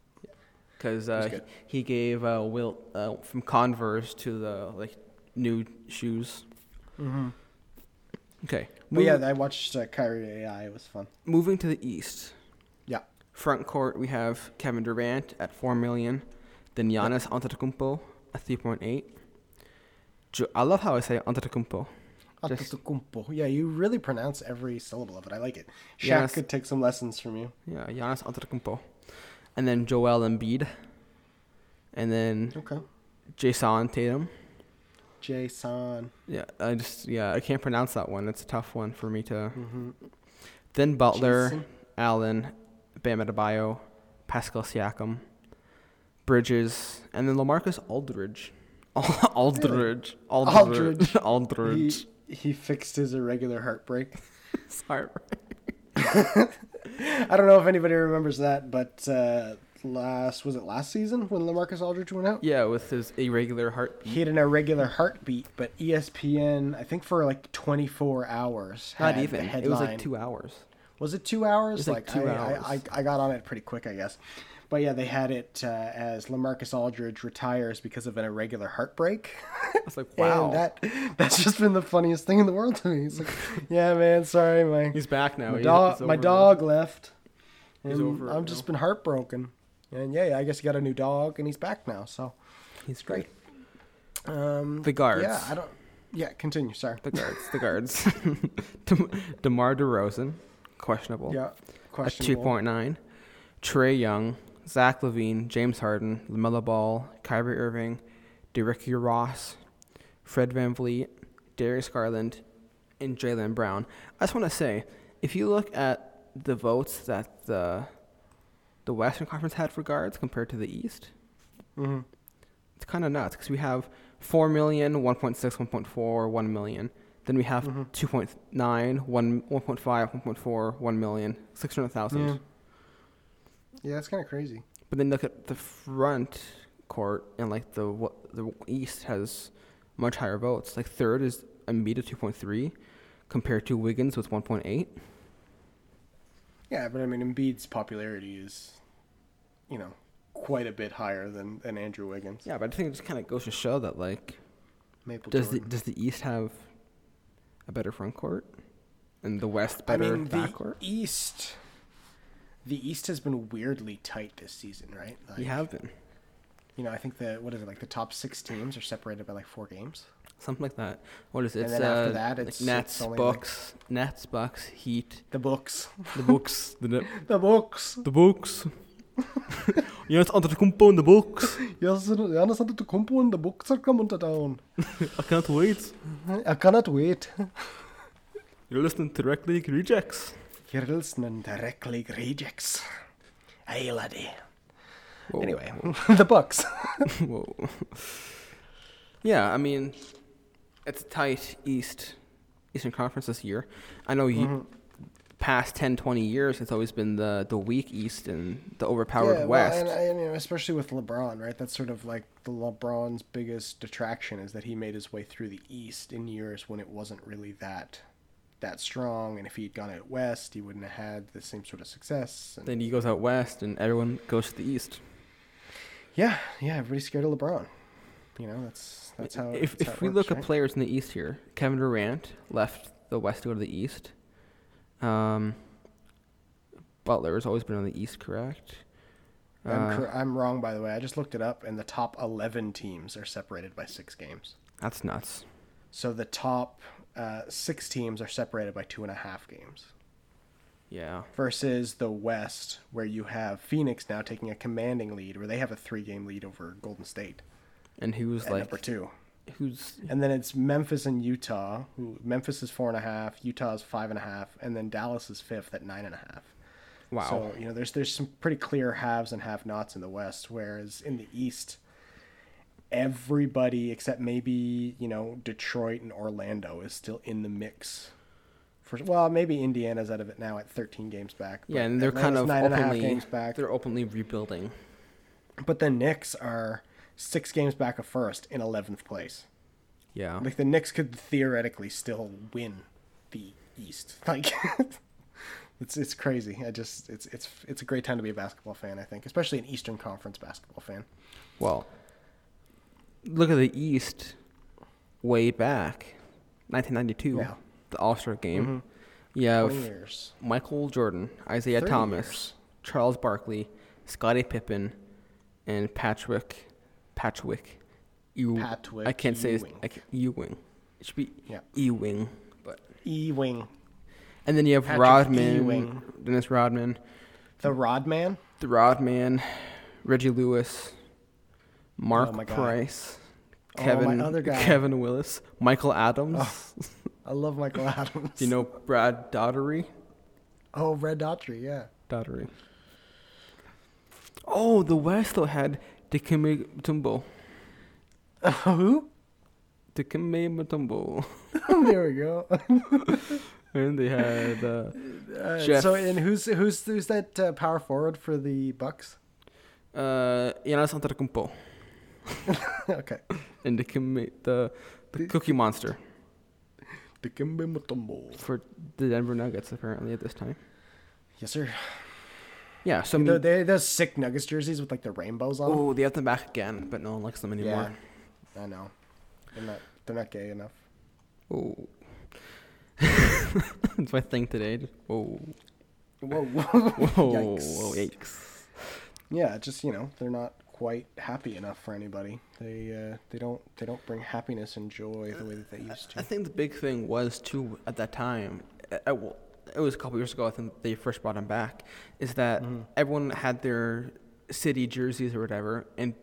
[SPEAKER 2] Because uh,
[SPEAKER 1] good.
[SPEAKER 2] he he gave uh, Wilt uh, from Converse to the like new shoes. Mm-hmm. Okay.
[SPEAKER 1] But
[SPEAKER 2] Mov-
[SPEAKER 1] yeah, I watched uh, Kyrie AI. It was fun.
[SPEAKER 2] moving to the East.
[SPEAKER 1] Yeah.
[SPEAKER 2] Front court, we have Kevin Durant at 4 million, then Giannis Antetokounmpo at 3.8. Jo- I love how I say Antetokounmpo. Just-
[SPEAKER 1] Antetokounmpo. Yeah, you really pronounce every syllable of it. I like it. Shaq
[SPEAKER 2] Yes.
[SPEAKER 1] could take some lessons from you.
[SPEAKER 2] Yeah, Giannis Antetokounmpo. And then Joel Embiid. And then
[SPEAKER 1] Okay.
[SPEAKER 2] Jason Tatum.
[SPEAKER 1] Jason.
[SPEAKER 2] Yeah, I just yeah, I can't pronounce that one. It's a tough one for me to. Then Butler,
[SPEAKER 1] Mm-hmm. Jason.
[SPEAKER 2] Allen, Bam Adebayo, Pascal Siakam, Bridges, and then LaMarcus Aldridge. Al- Aldridge. Aldridge. Aldridge. Aldridge.
[SPEAKER 1] He, he fixed his irregular heartbreak.
[SPEAKER 2] Sorry.
[SPEAKER 1] I don't know if anybody remembers that, but uh, last was it last season when LaMarcus Aldridge went out?
[SPEAKER 2] Yeah, with his irregular heart.
[SPEAKER 1] He had an irregular heartbeat, but E ESPN, I think for like 24 hours,
[SPEAKER 2] Not
[SPEAKER 1] had
[SPEAKER 2] even.
[SPEAKER 1] The
[SPEAKER 2] It was like
[SPEAKER 1] headline.
[SPEAKER 2] two hours.
[SPEAKER 1] Was it two hours?
[SPEAKER 2] was, like, two
[SPEAKER 1] I,
[SPEAKER 2] hours.
[SPEAKER 1] I, I, I got on it pretty quick, I guess. But yeah, they had it uh, as Lamarcus Aldridge retires because of an irregular heartbreak.
[SPEAKER 2] I was like, wow.
[SPEAKER 1] And that that's just been the funniest thing in the world to me. He's like, yeah, man, sorry, my
[SPEAKER 2] He's back now.
[SPEAKER 1] my,
[SPEAKER 2] He's-
[SPEAKER 1] dog,
[SPEAKER 2] it's
[SPEAKER 1] my
[SPEAKER 2] over now.
[SPEAKER 1] dog left.
[SPEAKER 2] He's
[SPEAKER 1] And
[SPEAKER 2] over it
[SPEAKER 1] I've
[SPEAKER 2] now.
[SPEAKER 1] just been heartbroken. And yeah, I guess he got a new dog, and he's back now. So
[SPEAKER 2] He's great.
[SPEAKER 1] um,
[SPEAKER 2] The guards.
[SPEAKER 1] Yeah, I don't. Yeah, continue. Sorry.
[SPEAKER 2] The guards. The guards. De- DeMar DeRozan, questionable.
[SPEAKER 1] Yeah.
[SPEAKER 2] at
[SPEAKER 1] Question.
[SPEAKER 2] two point nine. Trey Young, Zach Levine, James Harden, Lamella Ball, Kyrie Irving, DeRicky Ross, Fred Van Vliet, Darius Garland, and Jalen Brown. I just want to say, if you look at the votes that the the Western Conference had for guards compared to the East,
[SPEAKER 1] hmm
[SPEAKER 2] it's kind of nuts because we have 4 million, 1.6, 1.4, 1 million. Then we
[SPEAKER 1] mm-hmm.
[SPEAKER 2] have 2.9, 1, 1.5, 1.4, 1 million, 600,000.
[SPEAKER 1] Yeah. Yeah, that's kind of crazy.
[SPEAKER 2] But then look at the front court and like the what the East has much higher votes. Like third is Embiid at 2.3 compared to Wiggins with 1.8.
[SPEAKER 1] Yeah, but I mean, Embiid's popularity is, you know, quite a bit higher than, than Andrew Wiggins.
[SPEAKER 2] Yeah, but I think it just kind of goes to show that like
[SPEAKER 1] Maple
[SPEAKER 2] does the
[SPEAKER 1] Jordan.
[SPEAKER 2] does the East have a better front court and the West better
[SPEAKER 1] I mean,
[SPEAKER 2] back
[SPEAKER 1] the
[SPEAKER 2] court?
[SPEAKER 1] East. The East has been weirdly tight this season, right? Like,
[SPEAKER 2] you have been
[SPEAKER 1] You know, I think the what is it like the top six teams are separated by like four games.
[SPEAKER 2] something like that. What is it?
[SPEAKER 1] And
[SPEAKER 2] It's,
[SPEAKER 1] then after
[SPEAKER 2] uh,
[SPEAKER 1] that,
[SPEAKER 2] like
[SPEAKER 1] it's-
[SPEAKER 2] Nets,
[SPEAKER 1] it's only, like-
[SPEAKER 2] Bucks, Nets, Bucks, Heat,
[SPEAKER 1] The books.
[SPEAKER 2] the Bucks, the Net-
[SPEAKER 1] The books.
[SPEAKER 2] the Bucks. you know, it's Antetokounmpo in the Bucks.
[SPEAKER 1] Yes, Giannis Antetokounmpo and the books are coming to town.
[SPEAKER 2] I can't wait.
[SPEAKER 1] I cannot wait.
[SPEAKER 2] You're listening directly to Rejects.
[SPEAKER 1] You're listening directly, rejects. Hey, laddie.
[SPEAKER 2] Whoa.
[SPEAKER 1] Anyway, the books.
[SPEAKER 2] Whoa. yeah, I mean, it's a tight East Eastern Conference this year. I know
[SPEAKER 1] Mm-hmm.
[SPEAKER 2] you. Past 10, 20 years, it's always been the, the weak East and the overpowered
[SPEAKER 1] well,
[SPEAKER 2] West.
[SPEAKER 1] and I- and, you know, especially with LeBron, right? That's sort of like the LeBron's biggest detraction is that he made his way through the East in years when it wasn't really that that strong. And if he'd gone out West, he wouldn't have had the same sort of success. And
[SPEAKER 2] then he goes out west, and everyone goes to the east.
[SPEAKER 1] yeah, yeah, everybody's scared of LeBron. You know, that's that's how.
[SPEAKER 2] if
[SPEAKER 1] that's how
[SPEAKER 2] if
[SPEAKER 1] it
[SPEAKER 2] we
[SPEAKER 1] works,
[SPEAKER 2] look at
[SPEAKER 1] right?
[SPEAKER 2] players in the East here, Kevin Durant left the West to go to the East. Um, Butler has always been on the East, correct?
[SPEAKER 1] I'm,
[SPEAKER 2] Uh,
[SPEAKER 1] cor- I'm wrong by the way. I just looked it up, and the top eleven teams are separated by six games.
[SPEAKER 2] That's nuts.
[SPEAKER 1] So the top uh, six teams are separated by two and a half games.
[SPEAKER 2] Yeah.
[SPEAKER 1] versus the West, where you have Phoenix now taking a commanding lead, where they have a three-game lead over Golden State
[SPEAKER 2] And who's
[SPEAKER 1] at
[SPEAKER 2] like
[SPEAKER 1] number two.
[SPEAKER 2] who's
[SPEAKER 1] And then it's Memphis and Utah. Who Memphis is four and a half, Utah is five and a half, and then Dallas is fifth at nine and a half.
[SPEAKER 2] wow.
[SPEAKER 1] So you know, there's there's some pretty clear haves and have-nots in the West, whereas in the East, everybody except maybe you know Detroit and Orlando is still in the mix. For well, maybe Indiana's out of it now at 13 games back.
[SPEAKER 2] yeah,
[SPEAKER 1] but
[SPEAKER 2] and they're kind
[SPEAKER 1] Atlanta's
[SPEAKER 2] of
[SPEAKER 1] nine and a half
[SPEAKER 2] openly
[SPEAKER 1] games back.
[SPEAKER 2] they're openly rebuilding.
[SPEAKER 1] But the Knicks are six games back of first in 11th place.
[SPEAKER 2] Yeah.
[SPEAKER 1] Like the Knicks could theoretically still win the East. Like it's it's crazy. I just it's it's it's a great time to be a basketball fan. I think, especially an Eastern Conference basketball fan.
[SPEAKER 2] Well, look at the East way back, 1992,
[SPEAKER 1] Yeah. Mm-hmm.
[SPEAKER 2] the All Star game. You have
[SPEAKER 1] Twenty years.
[SPEAKER 2] Michael Jordan, Isaiah
[SPEAKER 1] 30
[SPEAKER 2] Thomas,
[SPEAKER 1] years.
[SPEAKER 2] Charles Barkley, Scottie Pippen, and Patrick Patchwick. Ew-
[SPEAKER 1] Patrick
[SPEAKER 2] I can't say his-
[SPEAKER 1] Ewing.
[SPEAKER 2] I ca- Ewing. It should be
[SPEAKER 1] Yeah.
[SPEAKER 2] Ewing, but
[SPEAKER 1] E Wing,
[SPEAKER 2] and then you have
[SPEAKER 1] Patrick
[SPEAKER 2] Rodman,
[SPEAKER 1] Ewing.
[SPEAKER 2] Dennis Rodman,
[SPEAKER 1] the Rodman.
[SPEAKER 2] the Rodman, Reggie Lewis, Mark
[SPEAKER 1] my God.
[SPEAKER 2] Price,
[SPEAKER 1] Oh, my
[SPEAKER 2] Kevin
[SPEAKER 1] other guy. Oh.
[SPEAKER 2] Kevin Willis, Michael Adams.
[SPEAKER 1] I love Michael Adams.
[SPEAKER 2] Do you know Brad Daugherty?
[SPEAKER 1] Oh, Red Daughtry, yeah.
[SPEAKER 2] Daugherty. Oh, the West though had Dikembe Mutombo.
[SPEAKER 1] Who?
[SPEAKER 2] Dikembe Mutombo.
[SPEAKER 1] there we go.
[SPEAKER 2] And they had uh,
[SPEAKER 1] Uh,
[SPEAKER 2] Jeff.
[SPEAKER 1] So, and who's who's who's that uh, power forward for the Bucks?
[SPEAKER 2] uh, Giannis Antetokounmpo
[SPEAKER 1] okay.
[SPEAKER 2] and Dikembe the the Cookie Monster
[SPEAKER 1] Dikembe Mutombo.
[SPEAKER 2] for the Denver Nuggets apparently at this time.
[SPEAKER 1] Yes, sir.
[SPEAKER 2] Yeah, so I
[SPEAKER 1] Tho-
[SPEAKER 2] mean,
[SPEAKER 1] they, those sick Nuggets jerseys with like the rainbows on them.
[SPEAKER 2] oh, they have them back again, but no one likes them anymore.
[SPEAKER 1] I know. They're not. They're not gay enough.
[SPEAKER 2] Oh. That's my thing today. just, Whoa.
[SPEAKER 1] Whoa.
[SPEAKER 2] Whoa.
[SPEAKER 1] Yikes.
[SPEAKER 2] Whoa, yikes.
[SPEAKER 1] Yeah, just you know, they're not quite happy enough for anybody. They uh, they don't they don't bring happiness and joy the way that they used
[SPEAKER 2] I
[SPEAKER 1] to.
[SPEAKER 2] think the big thing was, too, at that time, uh, uh, well, it was a couple years ago, I think they first brought him back, is that
[SPEAKER 1] Mm-hmm.
[SPEAKER 2] everyone had their city jerseys or whatever, and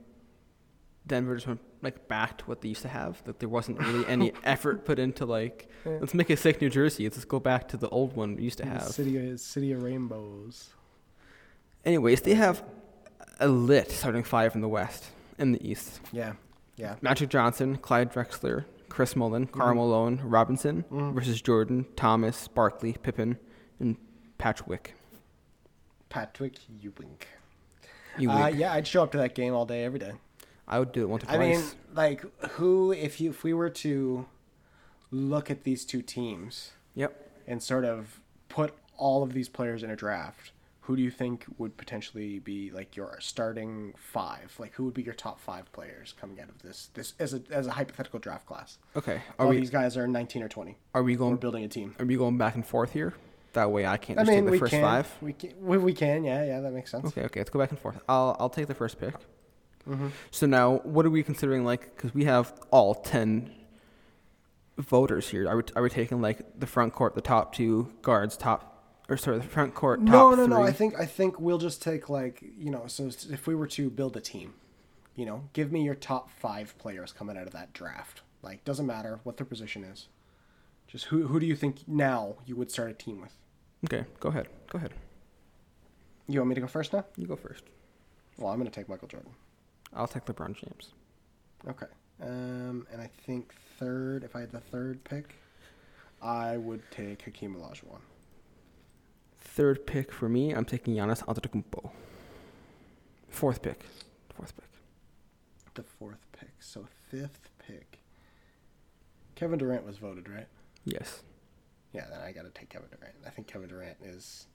[SPEAKER 2] Denver just went like back to what they used to have. That there wasn't really any effort put into like, let's make a sick New Jersey. Let's just go back to the old one we used to have.
[SPEAKER 1] City of, city of rainbows.
[SPEAKER 2] Anyways, they have a lit starting five from the West and the East.
[SPEAKER 1] Yeah, yeah.
[SPEAKER 2] Magic Johnson, Clyde Drexler, Chris Mullen,
[SPEAKER 1] Mm-hmm.
[SPEAKER 2] Karl Malone, Robinson versus Jordan, Thomas, Barkley, Pippen, and Patchwick.
[SPEAKER 1] Patrick Ewing.
[SPEAKER 2] You
[SPEAKER 1] Uh,
[SPEAKER 2] wink.
[SPEAKER 1] yeah, I'd show up to that game all day, every day.
[SPEAKER 2] I would do it once or
[SPEAKER 1] I
[SPEAKER 2] twice.
[SPEAKER 1] mean, like, who if you if we were to look at these two teams
[SPEAKER 2] yep.
[SPEAKER 1] and sort of put all of these players in a draft, who do you think would potentially be like your starting five? Like, who would be your top five players coming out of this this as a as a hypothetical draft class?
[SPEAKER 2] Okay. Are
[SPEAKER 1] All
[SPEAKER 2] we
[SPEAKER 1] these guys are nineteen or twenty.
[SPEAKER 2] are we
[SPEAKER 1] We're
[SPEAKER 2] going
[SPEAKER 1] building a team.
[SPEAKER 2] are we going back and forth here? That way I can't
[SPEAKER 1] I
[SPEAKER 2] just
[SPEAKER 1] mean,
[SPEAKER 2] take
[SPEAKER 1] we
[SPEAKER 2] the first
[SPEAKER 1] can,
[SPEAKER 2] five.
[SPEAKER 1] we can. We we can. Yeah, yeah, that makes sense.
[SPEAKER 2] Okay, okay, let's go back and forth. I'll I'll take the first pick.
[SPEAKER 1] Mm-hmm.
[SPEAKER 2] So now, what are we considering? Like, because we have all ten voters here. Are we, are we taking like the front court, the top two guards, top or sorry, the front court, top
[SPEAKER 1] No, no, no.
[SPEAKER 2] three?
[SPEAKER 1] I think I think we'll just take like you know. So s- if we were to build a team, you know, give me your top five players coming out of that draft. Like doesn't matter what their position is. Just who who do you think now you would start a team with?
[SPEAKER 2] Okay, go ahead, go ahead.
[SPEAKER 1] You want me to go first now?
[SPEAKER 2] You go first.
[SPEAKER 1] Well, I'm gonna take Michael Jordan.
[SPEAKER 2] I'll take LeBron James.
[SPEAKER 1] Okay. Um, and I think third, if I had the third pick, I would take Hakeem Olajuwon.
[SPEAKER 2] Third pick for me, I'm taking Giannis Antetokounmpo. Fourth pick, fourth pick.
[SPEAKER 1] The fourth pick. So fifth pick. Kevin Durant was voted right.
[SPEAKER 2] Yes.
[SPEAKER 1] Yeah, then I got to take Kevin Durant. I think Kevin Durant is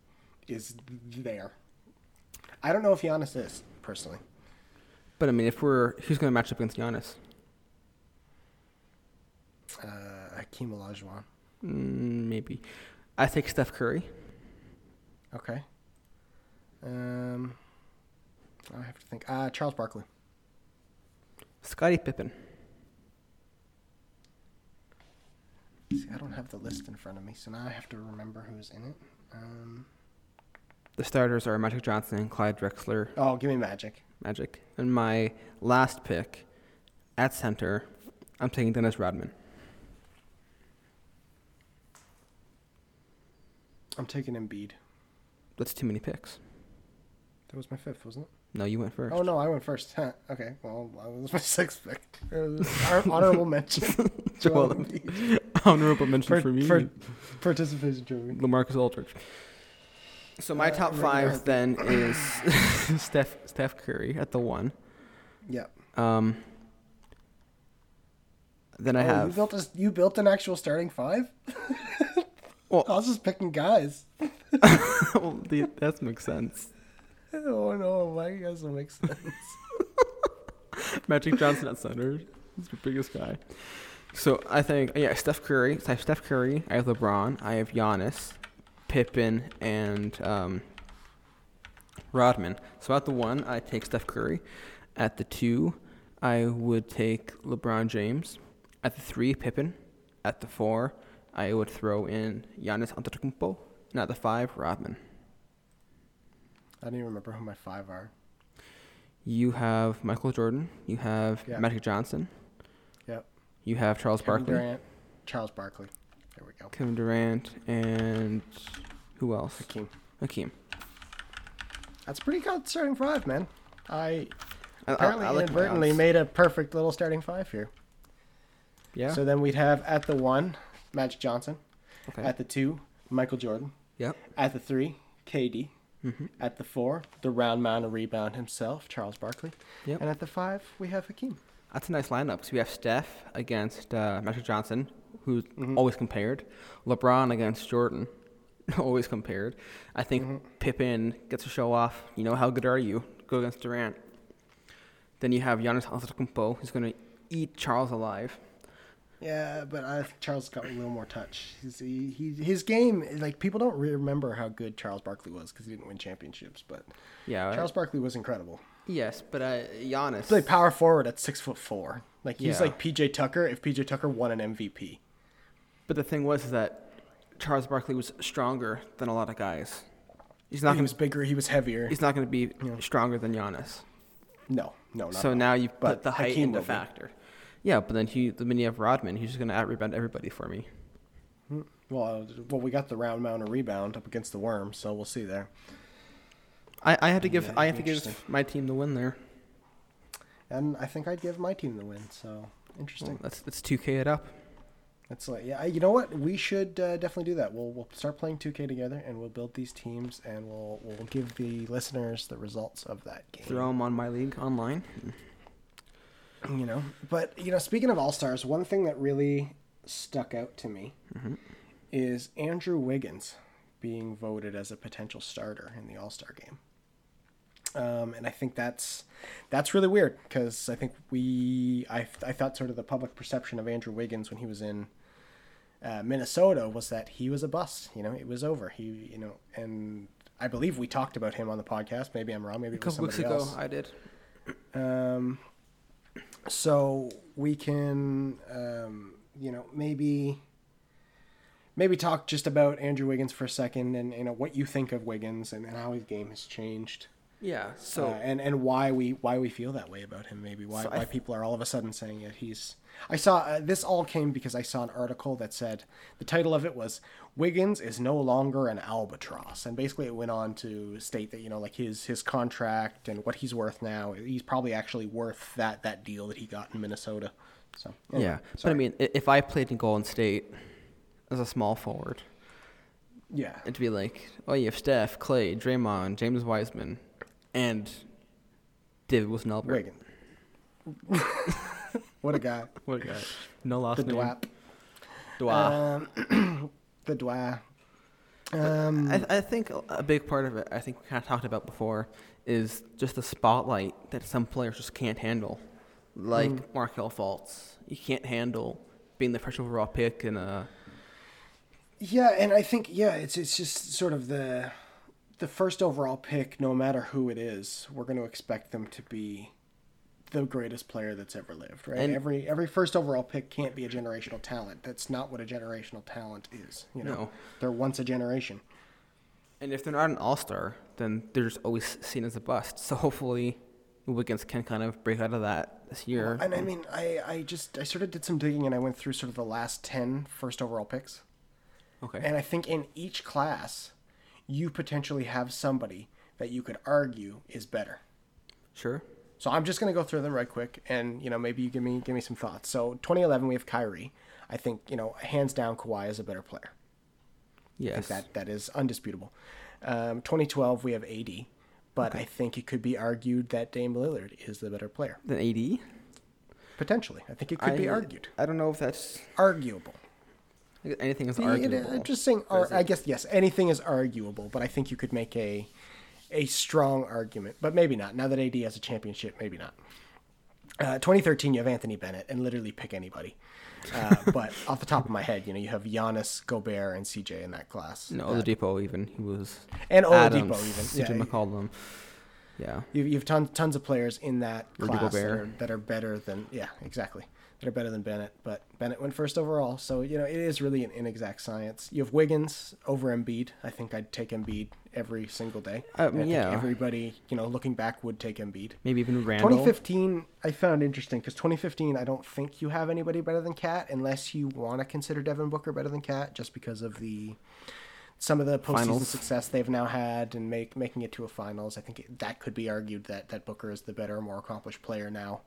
[SPEAKER 1] is there. I don't know if Giannis is personally.
[SPEAKER 2] But I mean, if we're who's going to match up against Giannis?
[SPEAKER 1] Uh, Hakeem Olajuwon.
[SPEAKER 2] Mm, maybe. I take Steph Curry.
[SPEAKER 1] Okay. Um, I have to think. Uh, Charles Barkley.
[SPEAKER 2] Scottie Pippen.
[SPEAKER 1] See, I don't have the list in front of me, so now I have to remember who's in it. Um,
[SPEAKER 2] The starters are Magic Johnson and Clyde Drexler.
[SPEAKER 1] Oh, give me Magic.
[SPEAKER 2] Magic. And my last pick at center, I'm taking Dennis Rodman.
[SPEAKER 1] I'm taking Embiid.
[SPEAKER 2] That's too many picks.
[SPEAKER 1] That was my fifth, wasn't it?
[SPEAKER 2] No, you went first.
[SPEAKER 1] Oh no, I went first. Huh. Okay, well, that was my sixth pick. Our honorable mention. Joel
[SPEAKER 2] Joel
[SPEAKER 1] Embiid.
[SPEAKER 2] Honorable mention
[SPEAKER 1] For-
[SPEAKER 2] for me.
[SPEAKER 1] for- Participation trophy.
[SPEAKER 2] Lamarcus Aldridge. So my
[SPEAKER 1] Uh,
[SPEAKER 2] top
[SPEAKER 1] right
[SPEAKER 2] five then is Steph Steph Curry at the one.
[SPEAKER 1] Yeah.
[SPEAKER 2] Um, then
[SPEAKER 1] Oh,
[SPEAKER 2] I
[SPEAKER 1] You
[SPEAKER 2] have
[SPEAKER 1] built a, you built an actual starting five.
[SPEAKER 2] Well-
[SPEAKER 1] I was just picking guys.
[SPEAKER 2] well, the, that makes sense.
[SPEAKER 1] Oh no, why you guys don't make sense?
[SPEAKER 2] Magic Johnson at center. He's the biggest guy. So I think yeah, Steph Curry. So I have Steph Curry. I have LeBron. I have Giannis, Pippen, and um, Rodman. So at the one, I take Steph Curry. At the two, I would take LeBron James. At the three, Pippen. At the four, I would throw in Giannis Antetokounmpo. And at the five, Rodman.
[SPEAKER 1] I don't even remember who my five are.
[SPEAKER 2] You have Michael Jordan. You have
[SPEAKER 1] Yeah.
[SPEAKER 2] Magic Johnson.
[SPEAKER 1] Yep.
[SPEAKER 2] You have Charles
[SPEAKER 1] Kevin
[SPEAKER 2] Barkley.
[SPEAKER 1] Durant, Charles Barkley. There we go.
[SPEAKER 2] Kevin Durant and who else?
[SPEAKER 1] Hakeem.
[SPEAKER 2] Hakeem.
[SPEAKER 1] That's a pretty good starting five, man. I
[SPEAKER 2] I- I-
[SPEAKER 1] apparently
[SPEAKER 2] I like my
[SPEAKER 1] inadvertently
[SPEAKER 2] odds.
[SPEAKER 1] made a perfect little starting five here.
[SPEAKER 2] Yeah.
[SPEAKER 1] So then we'd have at the one, Magic Johnson.
[SPEAKER 2] okay.
[SPEAKER 1] At the two, Michael Jordan.
[SPEAKER 2] yep.
[SPEAKER 1] At the three, KD.
[SPEAKER 2] Mm-hmm.
[SPEAKER 1] At the four, the round man of rebound himself, Charles Barkley.
[SPEAKER 2] Yep.
[SPEAKER 1] And at the five, we have Hakeem.
[SPEAKER 2] That's a nice lineup. So we have Steph against uh, Magic Johnson, who's always compared. LeBron against Jordan, always compared. I think Pippen gets to show off. You know how good are you? Go against Durant. Then you have Giannis Antetokounmpo, who's going to eat Charles alive.
[SPEAKER 1] Yeah, but I think Charles got a little more touch. He's, he, he, his game, like people don't really remember how good Charles Barkley was because he didn't win championships. But
[SPEAKER 2] Yeah.
[SPEAKER 1] Charles Barkley was incredible.
[SPEAKER 2] Yes, but uh, Giannis.
[SPEAKER 1] He's like power forward at six foot four. Like he's
[SPEAKER 2] Yeah.
[SPEAKER 1] like PJ Tucker if PJ Tucker won an MVP.
[SPEAKER 2] But the thing was is that Charles Barkley was stronger than a lot of guys. He's not
[SPEAKER 1] he
[SPEAKER 2] going
[SPEAKER 1] was
[SPEAKER 2] to
[SPEAKER 1] bigger. He was heavier.
[SPEAKER 2] he's not going to be stronger than Giannis.
[SPEAKER 1] No, no, not
[SPEAKER 2] so now you
[SPEAKER 1] But
[SPEAKER 2] put the height
[SPEAKER 1] Hakeem
[SPEAKER 2] into
[SPEAKER 1] will be.
[SPEAKER 2] factor. Yeah, but then he the you have Rodman, he's just going to out rebound everybody for me.
[SPEAKER 1] well, uh, well, we got the round mound of rebound up against the worm, so we'll see there.
[SPEAKER 2] I, I have to give
[SPEAKER 1] Yeah,
[SPEAKER 2] I have to give
[SPEAKER 1] interesting.
[SPEAKER 2] my team the win there.
[SPEAKER 1] And I think I'd give my team the win. So
[SPEAKER 2] Well,
[SPEAKER 1] interesting.
[SPEAKER 2] that's that's two K it up.
[SPEAKER 1] That's like yeah. I- You know what? We should uh, definitely do that. We'll we'll start playing 2K together, and we'll build these teams, and we'll we'll give the listeners the results of that game.
[SPEAKER 2] Throw him on my league online.
[SPEAKER 1] you know but you know speaking of all stars one thing that really stuck out to me
[SPEAKER 2] Mm-hmm.
[SPEAKER 1] is andrew wiggins being voted as a potential starter in the all-star game um, and i think that's that's really weird because i think we I, I thought sort of the public perception of andrew wiggins when he was in uh, Minnesota was that he was a bust. You know, it was over. He, you know, and I believe we talked about him on the podcast. Maybe I'm wrong. Maybe
[SPEAKER 2] A
[SPEAKER 1] it was
[SPEAKER 2] couple
[SPEAKER 1] somebody
[SPEAKER 2] weeks ago,
[SPEAKER 1] else.
[SPEAKER 2] I did.
[SPEAKER 1] Um, so we can, um, you know, maybe maybe talk just about Andrew Wiggins for a second, and you know what you think of Wiggins and, and how his game has changed,
[SPEAKER 2] Yeah. So
[SPEAKER 1] uh, and and why we why we feel that way about him. Maybe why
[SPEAKER 2] So I
[SPEAKER 1] why
[SPEAKER 2] th-
[SPEAKER 1] people are all of a sudden saying that he's. I saw uh, this all came because I saw an article that said the title of it was Wiggins is no longer an albatross, and basically it went on to state that you know like his his contract and what he's worth now. He's probably actually worth that that deal that he got in Minnesota. So
[SPEAKER 2] Yeah, but I mean, i- if I played in Golden State as a small forward,
[SPEAKER 1] yeah,
[SPEAKER 2] it'd be like, oh, you have Steph, Clay, Draymond, James Wiseman, and David Wilson Albert.
[SPEAKER 1] Wiggins. what a guy,
[SPEAKER 2] What a guy! No last
[SPEAKER 1] the
[SPEAKER 2] name.
[SPEAKER 1] Dwap,
[SPEAKER 2] Dwa.
[SPEAKER 1] um, the Dwa. Um,
[SPEAKER 2] I, I think a- a big part of it, I think we kind of talked about before, is just the spotlight that some players just can't handle, like
[SPEAKER 1] Mm.
[SPEAKER 2] Markel Fultz. You can't handle being the first overall pick in a
[SPEAKER 1] Yeah, and I think yeah, it's it's just sort of the the first overall pick, no matter who it is, we're going to expect them to be the greatest player that's ever lived, right?
[SPEAKER 2] And-
[SPEAKER 1] every every first overall pick can't be a generational talent. That's not what a generational talent is. You know,
[SPEAKER 2] No.
[SPEAKER 1] they're once a generation.
[SPEAKER 2] And if they're not an all star, then they're just always seen as a bust. So hopefully, Wiggins can kind of break out of that this year.
[SPEAKER 1] And I mean, I, I just I sort of did some digging and I went through sort of the last 10 first overall picks.
[SPEAKER 2] okay.
[SPEAKER 1] And I think in each class, you potentially have somebody that you could argue is better.
[SPEAKER 2] sure.
[SPEAKER 1] So I'm just going to go through them right quick, and you know maybe you give me give me some thoughts. So 2011, we have Kyrie. I think you know hands down Kawhi is a better player. I
[SPEAKER 2] Yes.
[SPEAKER 1] think that that is undisputable. Um, 2012, we have AD, but I think it could be argued that Dame Lillard is the better player
[SPEAKER 2] Then AD.
[SPEAKER 1] potentially. I think it could be
[SPEAKER 2] I-
[SPEAKER 1] argued,
[SPEAKER 2] I don't know if that's
[SPEAKER 1] arguable.
[SPEAKER 2] anything is
[SPEAKER 1] Yeah, it-
[SPEAKER 2] arguable.
[SPEAKER 1] I'm just saying. Ar- I guess yes, anything is arguable, but I think you could make a a strong argument, but maybe not. Now that AD has a championship, maybe not. Uh, 2013, you have Anthony Bennett, and literally pick anybody. Uh, but off the top of my head, you know you have Giannis, Gobert, and CJ in that class.
[SPEAKER 2] no, Oladipo even he was.
[SPEAKER 1] And Oladipo
[SPEAKER 2] Adams,
[SPEAKER 1] even,
[SPEAKER 2] CJ
[SPEAKER 1] yeah.
[SPEAKER 2] McCollum. Yeah.
[SPEAKER 1] You, you have tons tons of players in that
[SPEAKER 2] Rudy
[SPEAKER 1] class that
[SPEAKER 2] Gobert.
[SPEAKER 1] are, that are better than yeah exactly that are better than Bennett. But Bennett went first overall, so you know it is really an inexact science. You have Wiggins over Embiid. I think I'd take Embiid every single day. And
[SPEAKER 2] Um,
[SPEAKER 1] I think
[SPEAKER 2] yeah.
[SPEAKER 1] everybody you know looking back would take Embiid.
[SPEAKER 2] Maybe even Randall.
[SPEAKER 1] 2015, I found interesting because 2015, I don't think you have anybody better than Cat unless you want to consider Devin Booker better than Cat just because of the some of the postseason
[SPEAKER 2] Finals.
[SPEAKER 1] success they've now had and make making it to a finals. I think it, that could be argued that that Booker is the better, more accomplished player now.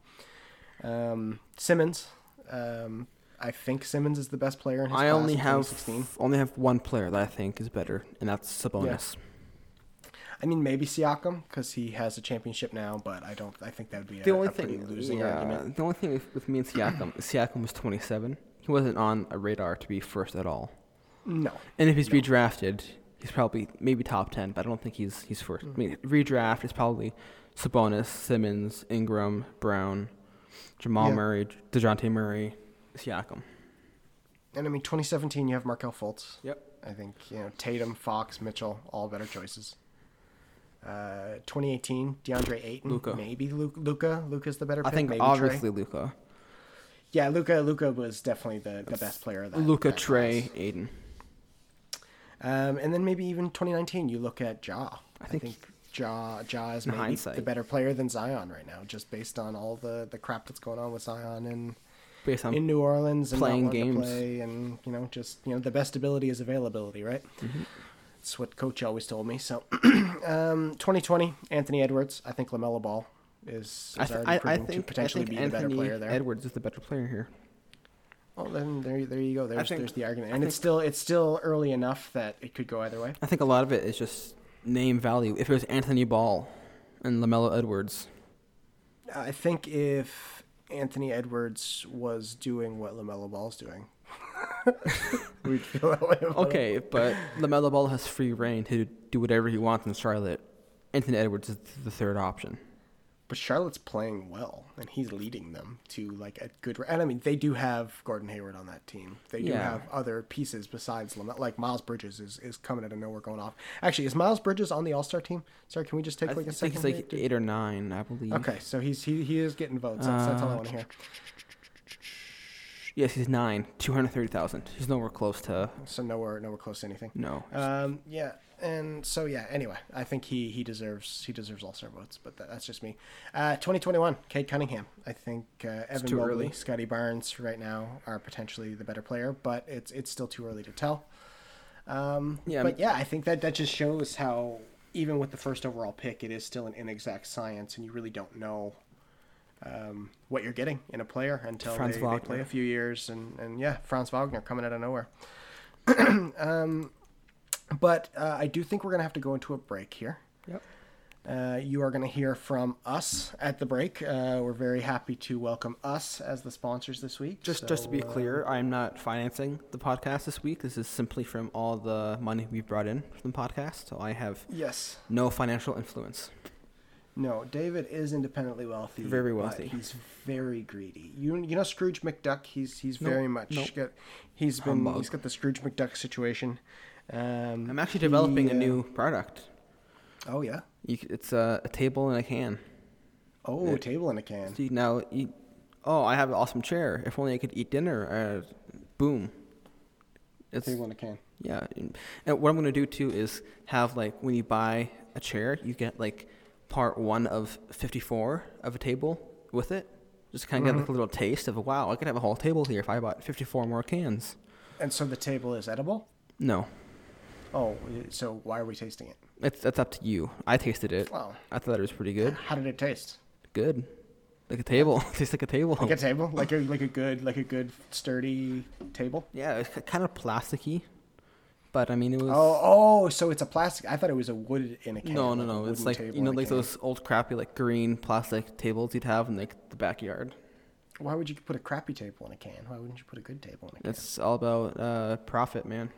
[SPEAKER 1] Um, Simmons, um, I think Simmons is the best player in his
[SPEAKER 2] I
[SPEAKER 1] class
[SPEAKER 2] only
[SPEAKER 1] in
[SPEAKER 2] have
[SPEAKER 1] 2016.
[SPEAKER 2] only have one player that I think is better, and that's Sabonis.
[SPEAKER 1] I mean, maybe Siakam because he has a championship now, but I don't. I think that would be
[SPEAKER 2] The
[SPEAKER 1] a,
[SPEAKER 2] only
[SPEAKER 1] a pretty
[SPEAKER 2] thing,
[SPEAKER 1] losing
[SPEAKER 2] yeah,
[SPEAKER 1] argument.
[SPEAKER 2] the only thing with, with me and Siakam, is Siakam was 27. He wasn't on a radar to be first at all.
[SPEAKER 1] No,
[SPEAKER 2] And if he's redrafted, he's probably maybe top 10, but I don't think he's he's 1st I
[SPEAKER 1] Mm.
[SPEAKER 2] mean, redraft is probably Sabonis, Simmons, Ingram, Brown, Jamal
[SPEAKER 1] Yeah.
[SPEAKER 2] Murray, Dejounte Murray, Siakam.
[SPEAKER 1] and I mean, 2017, you have Markel Fultz.
[SPEAKER 2] Yep.
[SPEAKER 1] I think you know Tatum, Fox, Mitchell, all better choices. Uh, 2018, DeAndre Ayton,
[SPEAKER 2] Luka.
[SPEAKER 1] maybe Luca. Luca, Luca's the better.
[SPEAKER 2] I
[SPEAKER 1] pick,
[SPEAKER 2] think
[SPEAKER 1] maybe Trey.
[SPEAKER 2] obviously Luca,
[SPEAKER 1] Yeah, Luca. Luca was definitely the, the best player. Of that,
[SPEAKER 2] Luca,
[SPEAKER 1] that
[SPEAKER 2] Trey,
[SPEAKER 1] class.
[SPEAKER 2] Aiden.
[SPEAKER 1] Um, and then maybe even 2019, you look at Ja. I
[SPEAKER 2] think-
[SPEAKER 1] think, Ja Ja is
[SPEAKER 2] in
[SPEAKER 1] maybe
[SPEAKER 2] hindsight.
[SPEAKER 1] the better player than Zion right now, just based on all the the crap that's going on with Zion and.
[SPEAKER 2] Based on
[SPEAKER 1] in New Orleans and
[SPEAKER 2] playing
[SPEAKER 1] playing games.
[SPEAKER 2] games.
[SPEAKER 1] play and you know just you know the best ability is availability, right? That's what coach always told me. So, um, 2020, Anthony Edwards. I think Lamelo Ball is, is
[SPEAKER 2] I, th-
[SPEAKER 1] already
[SPEAKER 2] I, I
[SPEAKER 1] proving
[SPEAKER 2] think
[SPEAKER 1] to potentially
[SPEAKER 2] I think
[SPEAKER 1] be the better
[SPEAKER 2] Anthony
[SPEAKER 1] player there.
[SPEAKER 2] Edwards is the better player here.
[SPEAKER 1] well, then there, there you go. There's
[SPEAKER 2] think-
[SPEAKER 1] there's the argument,
[SPEAKER 2] I
[SPEAKER 1] and it's
[SPEAKER 2] think-
[SPEAKER 1] still it's still early enough that it could go either way.
[SPEAKER 2] I think a lot of it is just name value. If it was Anthony Ball and Lamelo Edwards,
[SPEAKER 1] I think if Anthony Edwards was doing what Lamelo Ball's doing, we'd feel that way. about him.
[SPEAKER 2] okay, but Lamelo Ball has free reign to do whatever he wants in Charlotte. Anthony Edwards is the third option.
[SPEAKER 1] But Charlotte's playing well, and he's leading them to like a good. And I mean, they do have Gordon Hayward on that team. They do
[SPEAKER 2] Yeah.
[SPEAKER 1] have other pieces besides Lam- like Miles Bridges is, is coming out of nowhere, going off. Actually, is Miles Bridges on the All Star team? Sorry, can we just take
[SPEAKER 2] I
[SPEAKER 1] like a
[SPEAKER 2] think
[SPEAKER 1] second?
[SPEAKER 2] he's
[SPEAKER 1] here
[SPEAKER 2] like
[SPEAKER 1] to-
[SPEAKER 2] eight or nine, I believe.
[SPEAKER 1] okay, so he's he, he is getting votes. That's, that's
[SPEAKER 2] Uh,
[SPEAKER 1] all I want to hear.
[SPEAKER 2] Yes, he's nine. Two hundred thirty thousand. He's nowhere close to
[SPEAKER 1] So nowhere nowhere close to anything.
[SPEAKER 2] no.
[SPEAKER 1] Um, yeah, and so yeah. Anyway, I think he he deserves he deserves all star votes, but that, that's just me. Uh, 2021, Cade Cunningham. I think uh, Evan
[SPEAKER 2] too
[SPEAKER 1] Mobley,
[SPEAKER 2] early.
[SPEAKER 1] Scotty Barnes, right now are potentially the better player, but it's it's still too early to tell. Um,
[SPEAKER 2] Yeah,
[SPEAKER 1] but yeah, I think that that just shows how even with the first overall pick, it is still an inexact science, and you really don't know. Um, what you're getting in a player until
[SPEAKER 2] Franz
[SPEAKER 1] they, they
[SPEAKER 2] Wagner.
[SPEAKER 1] play a few years, and, and yeah, Franz Wagner coming out of nowhere. Um, But uh, I do think we're going to have to go into a break here.
[SPEAKER 2] Yep.
[SPEAKER 1] Uh, you are going to hear from us at the break. Uh, we're very happy to welcome us as the sponsors this week.
[SPEAKER 2] Just, just to be
[SPEAKER 1] So, uh,
[SPEAKER 2] clear, I'm not financing the podcast this week. This is simply from all the money we've brought in from the podcast. So I have
[SPEAKER 1] yes.
[SPEAKER 2] no financial influence.
[SPEAKER 1] No, David is independently wealthy.
[SPEAKER 2] Very
[SPEAKER 1] but
[SPEAKER 2] wealthy.
[SPEAKER 1] he's very greedy. You you know Scrooge McDuck. He's he's
[SPEAKER 2] Nope,
[SPEAKER 1] very much
[SPEAKER 2] nope.
[SPEAKER 1] got. He's been
[SPEAKER 2] Humbug.
[SPEAKER 1] he's got the Scrooge McDuck situation. Um,
[SPEAKER 2] I'm actually
[SPEAKER 1] he,
[SPEAKER 2] developing
[SPEAKER 1] uh,
[SPEAKER 2] a new product.
[SPEAKER 1] Oh yeah.
[SPEAKER 2] You, c- it's a, a table and a can.
[SPEAKER 1] Oh,
[SPEAKER 2] Yeah.
[SPEAKER 1] a table and a can.
[SPEAKER 2] So you now, you, oh, I have an awesome chair. If only I could eat dinner. Uh, boom. It's
[SPEAKER 1] Thirty-one a can.
[SPEAKER 2] yeah. And and what I'm gonna do too is have like when you buy a chair, you get like part one of 54 of a table with it. Just kind of
[SPEAKER 1] Mm-hmm.
[SPEAKER 2] get like a little taste of wow, I could have a whole table here if I bought 54 more cans.
[SPEAKER 1] And so the table is edible.
[SPEAKER 2] No,
[SPEAKER 1] Oh, so why are we tasting it?
[SPEAKER 2] it's that's up to you. I tasted it.
[SPEAKER 1] Wow.
[SPEAKER 2] I thought it was pretty good.
[SPEAKER 1] How did it taste?
[SPEAKER 2] Good, like a table. Tastes like a table.
[SPEAKER 1] Like a table, like a like a good like a good sturdy table.
[SPEAKER 2] yeah, it's kind of plasticky, but I mean it was.
[SPEAKER 1] Oh, oh, so it's a plastic. I thought it was a wood in a can.
[SPEAKER 2] No, no,
[SPEAKER 1] a
[SPEAKER 2] no. It's
[SPEAKER 1] wooden
[SPEAKER 2] like
[SPEAKER 1] table
[SPEAKER 2] you know,
[SPEAKER 1] in a
[SPEAKER 2] like
[SPEAKER 1] can.
[SPEAKER 2] those old crappy, like green plastic tables you'd have in like the backyard.
[SPEAKER 1] Why would you put a crappy table in a can? Why wouldn't you put a good table in a can?
[SPEAKER 2] It's all about uh, profit, man.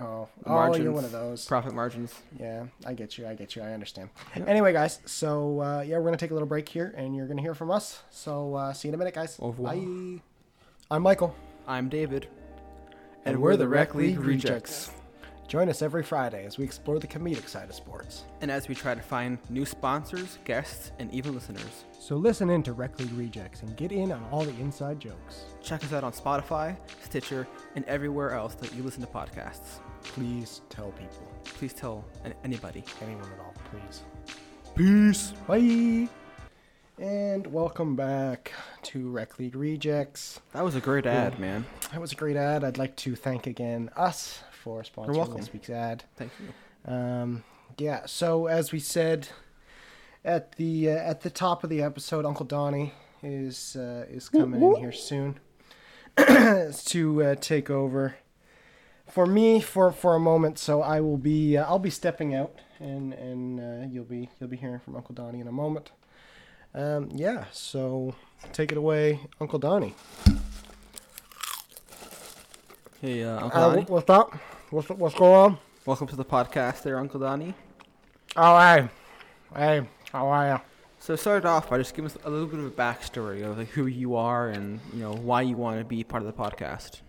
[SPEAKER 1] Oh, oh,
[SPEAKER 2] Margins,
[SPEAKER 1] you're one of those.
[SPEAKER 2] Profit margins.
[SPEAKER 1] Yeah, I get you. I get you. I understand.
[SPEAKER 2] Yep.
[SPEAKER 1] Anyway, guys, so uh, yeah, we're gonna take a little break here, and you're gonna hear from us. So uh, see you in a minute, guys.
[SPEAKER 2] Au revoir.
[SPEAKER 1] Bye. I'm Michael,
[SPEAKER 2] I'm David.
[SPEAKER 1] And we're the Rec League Rejects. Join us every Friday as we explore the comedic side of sports.
[SPEAKER 2] And as we try to find new sponsors, guests, and even listeners,
[SPEAKER 1] So listen in to Rec League Rejects and get in on all the inside jokes.
[SPEAKER 2] check us out on Spotify, Stitcher, and everywhere else that you listen to podcasts.
[SPEAKER 1] Please tell people,
[SPEAKER 2] Please tell an- anybody.
[SPEAKER 1] anyone at all, please.
[SPEAKER 3] Peace.
[SPEAKER 1] Bye. And welcome back to Rec League Rejects.
[SPEAKER 2] That was a great ad, man.
[SPEAKER 1] That was a great ad. I'd like to thank again us for sponsoring
[SPEAKER 2] welcome.
[SPEAKER 1] this week's ad.
[SPEAKER 2] Thank you.
[SPEAKER 1] Um, yeah. So as we said at the uh, at the top of the episode, Uncle Donnie is uh, is coming in here soon to uh, take over for me for for a moment. So I will be uh, I'll be stepping out, and and uh, you'll be you'll be hearing from Uncle Donnie in a moment. Um, yeah. So take it away, Uncle Donnie.
[SPEAKER 2] Hey, uh, Uncle
[SPEAKER 1] Uh,
[SPEAKER 2] Donnie.
[SPEAKER 1] wh- what's up? What's what's going on?
[SPEAKER 2] Welcome to the podcast, there, Uncle Donnie.
[SPEAKER 1] Oh hey, hey, how are you?
[SPEAKER 2] So start off by just giving us a little bit of a backstory of like who you are and you know why you want to be part of the podcast.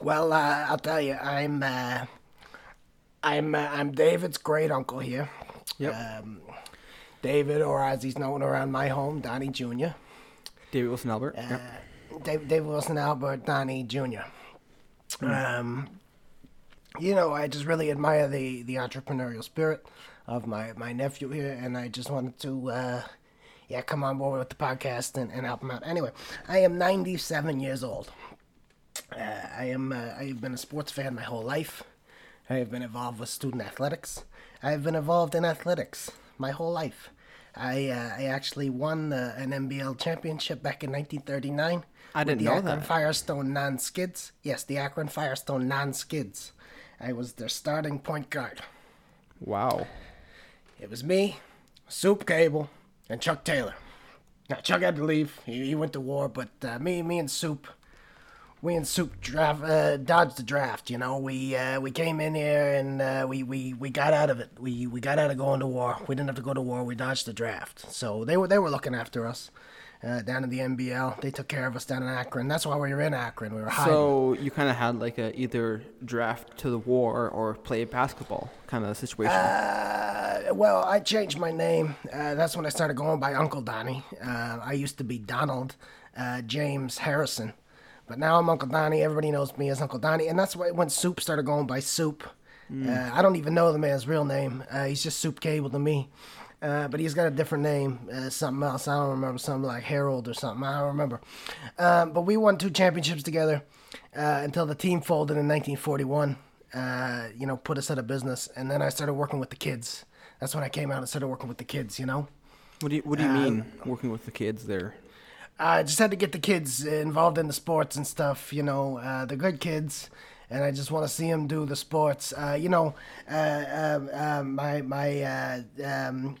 [SPEAKER 1] Well, uh, I'll tell you, I'm uh, I'm uh, I'm David's great uncle here.
[SPEAKER 2] Yep.
[SPEAKER 1] Um, David, or as he's known around my home, Donnie Jr.
[SPEAKER 2] David Wilson Albert.
[SPEAKER 1] Uh,
[SPEAKER 2] Yep.
[SPEAKER 1] Dave, David Wilson Albert Donnie Jr. Um, you know, I just really admire the, the entrepreneurial spirit of my, my nephew here, and I just wanted to, uh, yeah, come on board with the podcast and, and help him out. Anyway, I am 97 years old. Uh, I am uh, I have been a sports fan my whole life. I have been involved with student athletics. I have been involved in athletics my whole life. I uh, I actually won uh, an NBL championship back in 1939.
[SPEAKER 2] I
[SPEAKER 1] with
[SPEAKER 2] didn't
[SPEAKER 1] the
[SPEAKER 2] know
[SPEAKER 1] Akron
[SPEAKER 2] that.
[SPEAKER 1] Firestone non-skids. Yes, the Akron Firestone non-skids. I was their starting point guard.
[SPEAKER 2] Wow.
[SPEAKER 1] It was me, Soup Gable, and Chuck Taylor. Now Chuck had to leave; he, he went to war. But uh, me, me and Soup, we and Soup draft, uh, dodged the draft. You know, we uh, we came in here and uh, we, we we got out of it. We we got out of going to war. We didn't have to go to war. We dodged the draft. So they were they were looking after us. Uh, down in the NBL, they took care of us down in Akron. That's why we were in Akron. We were hiding.
[SPEAKER 2] So you kind of had like a either draft to the war or play basketball kind of situation.
[SPEAKER 1] Uh, well, I changed my name. Uh, that's when I started going by Uncle Donnie. Uh, I used to be Donald uh, James Harrison, but now I'm Uncle Donnie. Everybody knows me as Uncle Donnie, and that's why when Soup started going by Soup. Uh, I don't even know the man's real name. Uh, he's just Soup Cable to me. Uh, but he's got a different name, uh, something else. I don't remember, something like Harold or something. I don't remember. Um, but we won two championships together uh, until the team folded in 1941. Uh, you know, put us out of business, and then I started working with the kids. That's when I came out and started working with the kids. You know,
[SPEAKER 2] what do you What do you mean
[SPEAKER 1] um,
[SPEAKER 2] working with the kids there?
[SPEAKER 1] I just had to get the kids involved in the sports and stuff. You know, uh, they're good kids, and I just want to see them do the sports. Uh, you know, uh, um, uh, my my uh, um,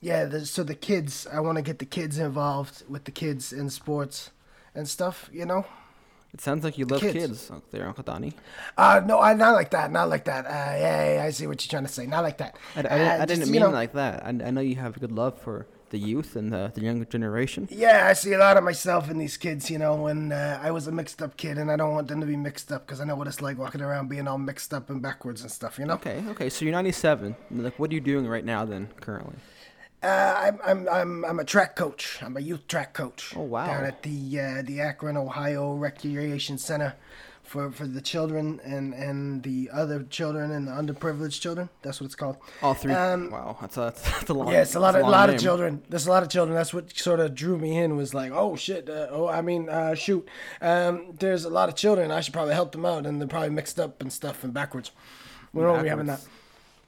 [SPEAKER 1] yeah. The, so the kids, I want to get the kids involved with the kids in sports and stuff. You know.
[SPEAKER 2] It sounds like you love
[SPEAKER 1] kids.
[SPEAKER 2] kids. out there, Uncle Donnie.
[SPEAKER 1] Uh, no, I not like that. Not like that. Uh, yeah, yeah, I see what you're trying to say. Not like that.
[SPEAKER 2] I, I, didn't-
[SPEAKER 1] Uh,
[SPEAKER 2] I
[SPEAKER 1] just,
[SPEAKER 2] didn't
[SPEAKER 1] you
[SPEAKER 2] mean
[SPEAKER 1] know-
[SPEAKER 2] it like that. I, I know you have a good love for the youth and the, the younger generation.
[SPEAKER 1] Yeah, I see a lot of myself in these kids, you know, and uh, I was a mixed up kid, and I don't want them to be mixed up because I know what it's like walking around being all mixed up and backwards and stuff, you know?
[SPEAKER 2] Okay, okay. So you're 97. Like, what are you doing right now then, currently?
[SPEAKER 1] Uh, I'm, I'm, I'm, I'm a track coach. I'm a youth track coach.
[SPEAKER 2] Oh, wow.
[SPEAKER 1] Down at the uh, the Akron, Ohio Recreation Center for, for the children and, and the other children and the underprivileged children. That's what it's called.
[SPEAKER 2] All three.
[SPEAKER 1] Um,
[SPEAKER 2] wow, that's a, that's a long.
[SPEAKER 1] Yeah, it's a lot
[SPEAKER 2] that's
[SPEAKER 1] of a
[SPEAKER 2] long
[SPEAKER 1] lot
[SPEAKER 2] name.
[SPEAKER 1] of children. There's a lot of children. That's what sort of drew me in was like, oh shit, uh, oh I mean, uh, shoot, um, there's a lot of children. I should probably help them out, and they're probably mixed up and stuff and backwards. We're only having that.
[SPEAKER 2] Backwards.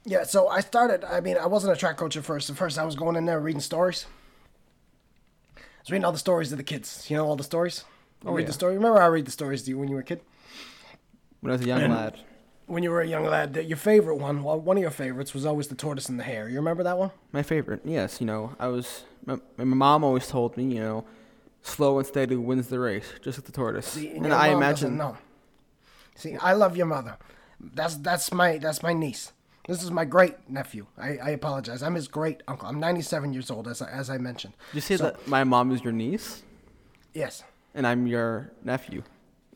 [SPEAKER 1] Yeah, so I started. I mean, I wasn't a track coach at first. At first, I was going in there reading stories. I was reading all the stories of the kids. You know, all the stories. You
[SPEAKER 2] Oh,
[SPEAKER 1] read
[SPEAKER 2] yeah.
[SPEAKER 1] the story. Remember, I read the stories to you when you were a kid
[SPEAKER 2] When I was a young lad,
[SPEAKER 1] when you were a young lad, that your favorite one, well, one of your favorites was always the tortoise and the hare. You remember that one?
[SPEAKER 2] my favorite. Yes, you know, I was. My, my mom always told me, you know, slow and steady wins the race, just like the tortoise. and
[SPEAKER 1] your
[SPEAKER 2] I
[SPEAKER 1] mom doesn't
[SPEAKER 2] imagine.
[SPEAKER 1] know. See, I love your mother. That's that's my that's my niece. This is my great nephew. I, I apologize. I'm his great uncle. I'm 97 years old, as I, as I mentioned.
[SPEAKER 2] You say
[SPEAKER 1] So-
[SPEAKER 2] that my mom is your niece,
[SPEAKER 1] Yes.
[SPEAKER 2] and I'm your nephew.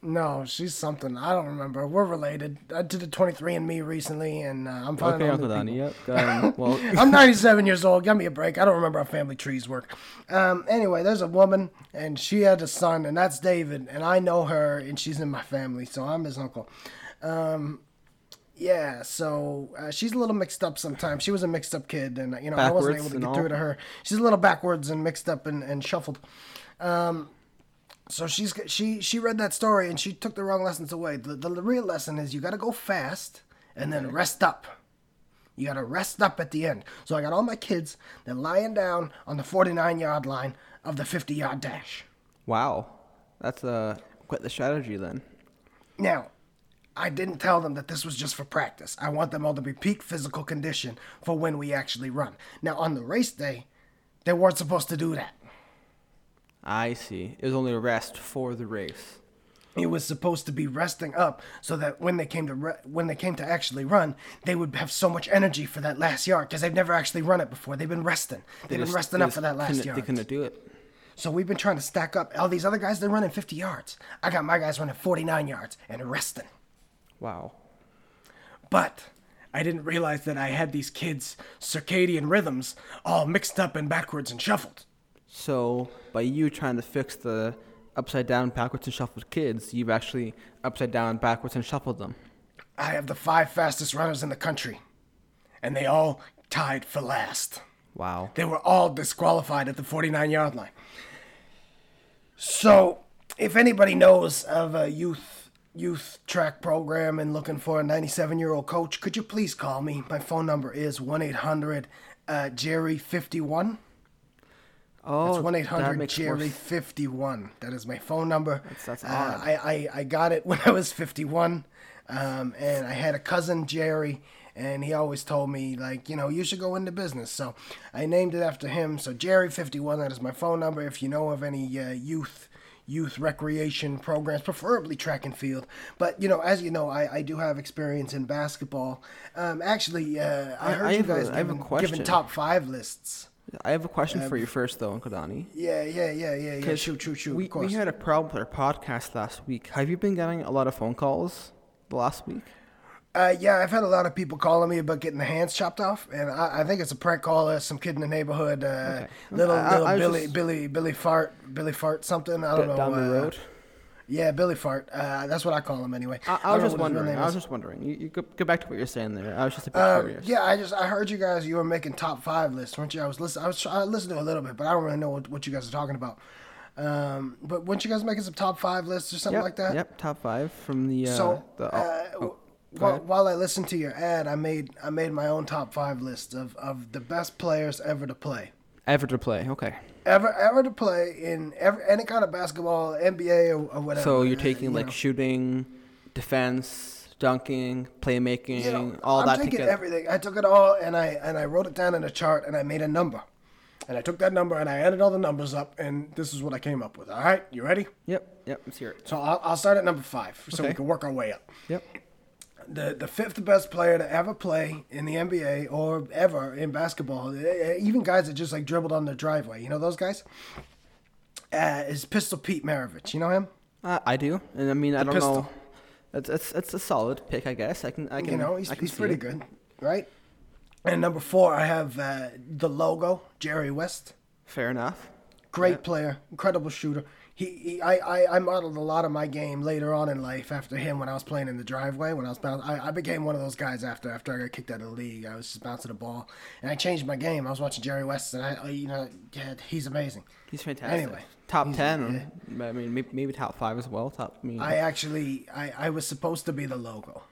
[SPEAKER 1] No, she's something. I don't remember. We're related. uh, I did a 23andMe recently, and uh, I'm finding
[SPEAKER 2] Okay,
[SPEAKER 1] all
[SPEAKER 2] Uncle
[SPEAKER 1] new
[SPEAKER 2] Donnie.
[SPEAKER 1] people.
[SPEAKER 2] Yep. Um, well,
[SPEAKER 1] I'm 97 years old. Give me a break. I don't remember how family trees work. Um, anyway, there's a woman, and she had a son, and that's David, and I know her, and she's in my family, so I'm his uncle. Um, yeah, so uh, she's a little mixed up sometimes. She was a mixed up kid, and you know I wasn't
[SPEAKER 2] Backwards
[SPEAKER 1] able to
[SPEAKER 2] and
[SPEAKER 1] get
[SPEAKER 2] all?
[SPEAKER 1] through to her. She's a little backwards and mixed up and, and shuffled. Um, so she's she she read that story and she took the wrong lessons away. The, the real lesson is you got to go fast and then rest up. You got to rest up at the end. So I got all my kids, they're lying down on the 49 yard line of the 50 yard dash.
[SPEAKER 2] wow, that's uh, quite the strategy then.
[SPEAKER 1] Now, I didn't tell them that this was just for practice. I want them all to be peak physical condition for when we actually run. Now, on the race day, they weren't supposed to do that.
[SPEAKER 2] I see. It was only a rest for the race.
[SPEAKER 1] It was supposed to be resting up so that when they came to re- when they came to actually run, they would have so much energy for that last yard because they've never actually run it before. They've been resting. They've been
[SPEAKER 2] just-
[SPEAKER 1] resting
[SPEAKER 2] they
[SPEAKER 1] up
[SPEAKER 2] just
[SPEAKER 1] for that last
[SPEAKER 2] couldn't-
[SPEAKER 1] yard.
[SPEAKER 2] They couldn't do it.
[SPEAKER 1] So we've been trying to stack up. All these other guys, they're running 50 yards. I got my guys running 49 yards and resting.
[SPEAKER 2] Wow.
[SPEAKER 1] But I didn't realize that I had these kids' circadian rhythms all mixed up and backwards and shuffled.
[SPEAKER 2] So by you trying to fix the upside down, backwards, and shuffled kids, you've actually upside down, backwards, and shuffled them.
[SPEAKER 1] I have the five fastest runners in the country, and they all tied for last.
[SPEAKER 2] Wow.
[SPEAKER 1] They were all disqualified at the 49 yard line. So, if anybody knows of a youth youth track program and looking for a 97 year old coach, could you please call me? My phone number is 1 800 uh, Jerry 51.
[SPEAKER 2] Oh,
[SPEAKER 1] It's 1
[SPEAKER 2] that
[SPEAKER 1] 800
[SPEAKER 2] makes more
[SPEAKER 1] Jerry
[SPEAKER 2] s-
[SPEAKER 1] 51. That is my phone number.
[SPEAKER 2] that's
[SPEAKER 1] Uh,
[SPEAKER 2] odd.
[SPEAKER 1] I, I, I got it when I was 51. Um, and I had a cousin, Jerry, and he always told me, like, you know, you should go into business. So I named it after him. So Jerry 51, that is my phone number. If you know of any uh, youth youth recreation programs, preferably track and field. But, you know, as you know, I, I do have experience in basketball. Um, actually, uh, I
[SPEAKER 2] I-
[SPEAKER 1] heard
[SPEAKER 2] I
[SPEAKER 1] you
[SPEAKER 2] have a-
[SPEAKER 1] guys
[SPEAKER 2] I have a
[SPEAKER 1] giving,
[SPEAKER 2] question.
[SPEAKER 1] giving top five lists.
[SPEAKER 2] I have a question for you first, though, Uncle Donnie.
[SPEAKER 1] Yeah, yeah, yeah, yeah, yeah. Shoot, shoot, shoot.
[SPEAKER 2] We,
[SPEAKER 1] of course.
[SPEAKER 2] we had a problem with our podcast last week. Have you been getting a lot of phone calls the last week?
[SPEAKER 1] Uh, yeah, I've had a lot of people calling me about getting the hands chopped off, and I, I think it's a prank call. Uh, some kid in the neighborhood, uh, little
[SPEAKER 2] I- I-
[SPEAKER 1] little
[SPEAKER 2] I was
[SPEAKER 1] Billy
[SPEAKER 2] just-
[SPEAKER 1] Billy Billy fart Billy fart something. I don't know.
[SPEAKER 2] Down the
[SPEAKER 1] uh,
[SPEAKER 2] road?
[SPEAKER 1] Yeah, Billy fart. Uh, that's what I call him anyway.
[SPEAKER 2] I, I was
[SPEAKER 1] don't
[SPEAKER 2] just
[SPEAKER 1] know what his real
[SPEAKER 2] wondering.
[SPEAKER 1] name
[SPEAKER 2] I
[SPEAKER 1] is.
[SPEAKER 2] was just wondering. You, you go, go back to what you're saying there. I was just a bit
[SPEAKER 1] Um,
[SPEAKER 2] curious.
[SPEAKER 1] yeah, I just I heard you guys. You were making top five lists, weren't you? I was listen. I was try- I listened to a little bit, but I don't really know what, what you guys are talking about. Um, but weren't you guys making some top five lists or something
[SPEAKER 2] Yep,
[SPEAKER 1] like that?
[SPEAKER 2] Yep, top five from the uh,
[SPEAKER 1] so
[SPEAKER 2] the
[SPEAKER 1] uh,
[SPEAKER 2] oh, go
[SPEAKER 1] while,
[SPEAKER 2] ahead.
[SPEAKER 1] while I listened to your ad, I made I made my own top five list of, of the best players ever to play,
[SPEAKER 2] ever to play. Okay,
[SPEAKER 1] ever ever to play in ever, any kind of basketball, NBA or, or whatever.
[SPEAKER 2] so you're
[SPEAKER 1] uh,
[SPEAKER 2] taking
[SPEAKER 1] you
[SPEAKER 2] like
[SPEAKER 1] know.
[SPEAKER 2] shooting, defense, dunking, playmaking,
[SPEAKER 1] You know,
[SPEAKER 2] all
[SPEAKER 1] I'm
[SPEAKER 2] that
[SPEAKER 1] taking
[SPEAKER 2] together.
[SPEAKER 1] everything. I took it all and I and I wrote it down in a chart and I made a number, and I took that number and I added all the numbers up and this is what I came up with. All right, you ready?
[SPEAKER 2] Yep, yep, let's hear it.
[SPEAKER 1] So I'll, I'll start at number five, so we
[SPEAKER 2] Okay.
[SPEAKER 1] can work our way up.
[SPEAKER 2] Yep,
[SPEAKER 1] the the fifth best player to ever play in the NBA or ever in basketball. eh, eh, Even guys that just like dribbled on their driveway, you know those guys. Uh, is Pistol Pete Maravich? You know him?
[SPEAKER 2] Uh, I, I do, and I mean I don't
[SPEAKER 1] pistol.
[SPEAKER 2] know. It's, it's it's a solid pick, I guess. I can I can
[SPEAKER 1] You know he's,
[SPEAKER 2] I can
[SPEAKER 1] he's
[SPEAKER 2] see
[SPEAKER 1] pretty
[SPEAKER 2] it.
[SPEAKER 1] good, right? And number four, I have uh, the logo, Jerry West.
[SPEAKER 2] Fair enough.
[SPEAKER 1] Great player, incredible shooter. He, he I, I, I modeled a lot of my game later on in life after him when I was playing in the driveway. When I was bounce, I, I became one of those guys after after I got kicked out of the league. I was just bouncing the ball, and I changed my game. I was watching Jerry West, and I, I you know, yeah, he's amazing.
[SPEAKER 2] He's fantastic.
[SPEAKER 1] Anyway,
[SPEAKER 2] top ten. or- I mean, maybe, maybe top five as well. Top. I mean,
[SPEAKER 1] I actually, I, I was supposed to be the logo.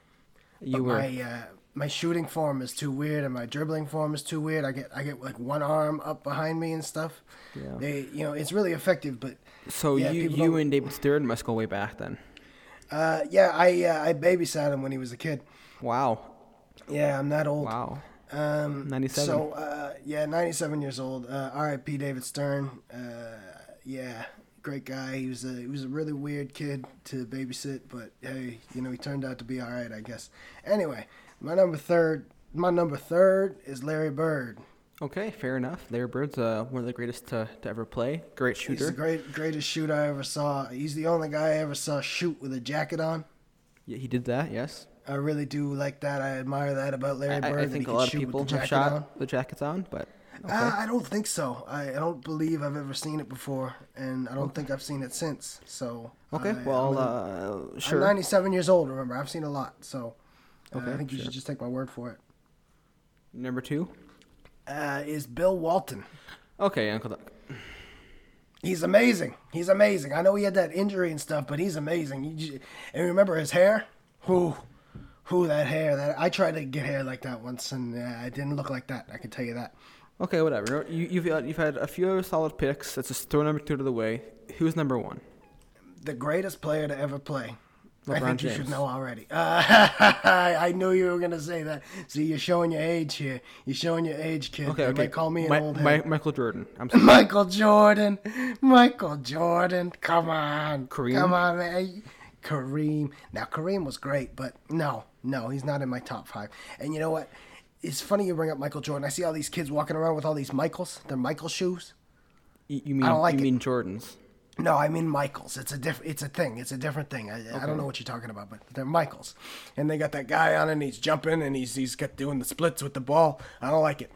[SPEAKER 2] you
[SPEAKER 1] but
[SPEAKER 2] were.
[SPEAKER 1] my uh, my shooting form is too weird and my dribbling form is too weird. I get I get like one arm up behind me and stuff.
[SPEAKER 2] Yeah.
[SPEAKER 1] They you know it's really effective, but
[SPEAKER 2] so
[SPEAKER 1] yeah,
[SPEAKER 2] you
[SPEAKER 1] people
[SPEAKER 2] you
[SPEAKER 1] don't-
[SPEAKER 2] and David Stern must go way back then.
[SPEAKER 1] uh, yeah, I uh, I babysat him when he was a kid.
[SPEAKER 2] Wow.
[SPEAKER 1] Yeah, I'm that old.
[SPEAKER 2] Wow.
[SPEAKER 1] Um,
[SPEAKER 2] 97.
[SPEAKER 1] So uh, yeah, 97 years old. Uh, R.I.P. David Stern. Uh, yeah, great guy. He was a he was a really weird kid to babysit, but hey, you know he turned out to be all right, I guess. Anyway, my number third. My number third is Larry Bird.
[SPEAKER 2] Okay, fair enough. Larry Bird's uh, one of the greatest to, to ever play. Great
[SPEAKER 1] He's
[SPEAKER 2] shooter.
[SPEAKER 1] the great greatest shooter I ever saw. He's the only guy I ever saw shoot with a jacket on.
[SPEAKER 2] yeah, he did that. Yes.
[SPEAKER 1] I really do like that. I admire that about Larry
[SPEAKER 2] I-
[SPEAKER 1] Bird.
[SPEAKER 2] I,
[SPEAKER 1] that he
[SPEAKER 2] think a
[SPEAKER 1] could
[SPEAKER 2] lot of
[SPEAKER 1] shoot with the
[SPEAKER 2] people have
[SPEAKER 1] jacket
[SPEAKER 2] shot
[SPEAKER 1] on.
[SPEAKER 2] the jackets on, but okay.
[SPEAKER 1] Ah, I don't think so. I, I don't believe I've ever seen it before, and I don't think I've seen it since. So
[SPEAKER 2] okay.
[SPEAKER 1] I-
[SPEAKER 2] well,
[SPEAKER 1] I'm, gonna-
[SPEAKER 2] uh,
[SPEAKER 1] I'm
[SPEAKER 2] sure.
[SPEAKER 1] 97 years old. Remember, I've seen a lot, so uh,
[SPEAKER 2] Okay,
[SPEAKER 1] I think you
[SPEAKER 2] sure.
[SPEAKER 1] should just take my word for it.
[SPEAKER 2] Number two.
[SPEAKER 1] Uh, is Bill Walton?
[SPEAKER 2] Okay, Uncle Doug.
[SPEAKER 1] He's amazing. He's amazing. I know he had that injury and stuff, but he's amazing. You ju- and remember his hair? Who, who that hair? That I tried to get hair like that once, and uh, I didn't look like that. I can tell you that.
[SPEAKER 2] Okay, whatever. You, you've had- you've had a few other solid picks. Let's just throw number two to the way. Who's number one?
[SPEAKER 1] The greatest player to ever play. I
[SPEAKER 2] LeBron
[SPEAKER 1] think you
[SPEAKER 2] James.
[SPEAKER 1] should know already. Uh, I knew you were gonna say that. See, you're showing your age here. You're showing your age, kid.
[SPEAKER 2] Okay,
[SPEAKER 1] you
[SPEAKER 2] okay.
[SPEAKER 1] might call me an
[SPEAKER 2] Mi-
[SPEAKER 1] old
[SPEAKER 2] Mi-
[SPEAKER 1] head.
[SPEAKER 2] Michael Jordan. I'm sorry.
[SPEAKER 1] Michael Jordan. Michael Jordan. Come on.
[SPEAKER 2] Kareem?
[SPEAKER 1] Come on, man. Kareem. Now, Kareem was great, but no, no, he's not in my top five. And you know what? It's funny you bring up Michael Jordan. I see all these kids walking around with all these Michaels. They're Michael shoes.
[SPEAKER 2] You, you mean
[SPEAKER 1] don't like
[SPEAKER 2] you
[SPEAKER 1] it.
[SPEAKER 2] mean Jordans?
[SPEAKER 1] No, I mean Michaels. It's a diff- It's a thing. It's a different thing. I, I don't know what you're talking about, but they're Michaels, and they got that guy on, and he's jumping, and he's he's got doing the splits with the ball. I don't like it.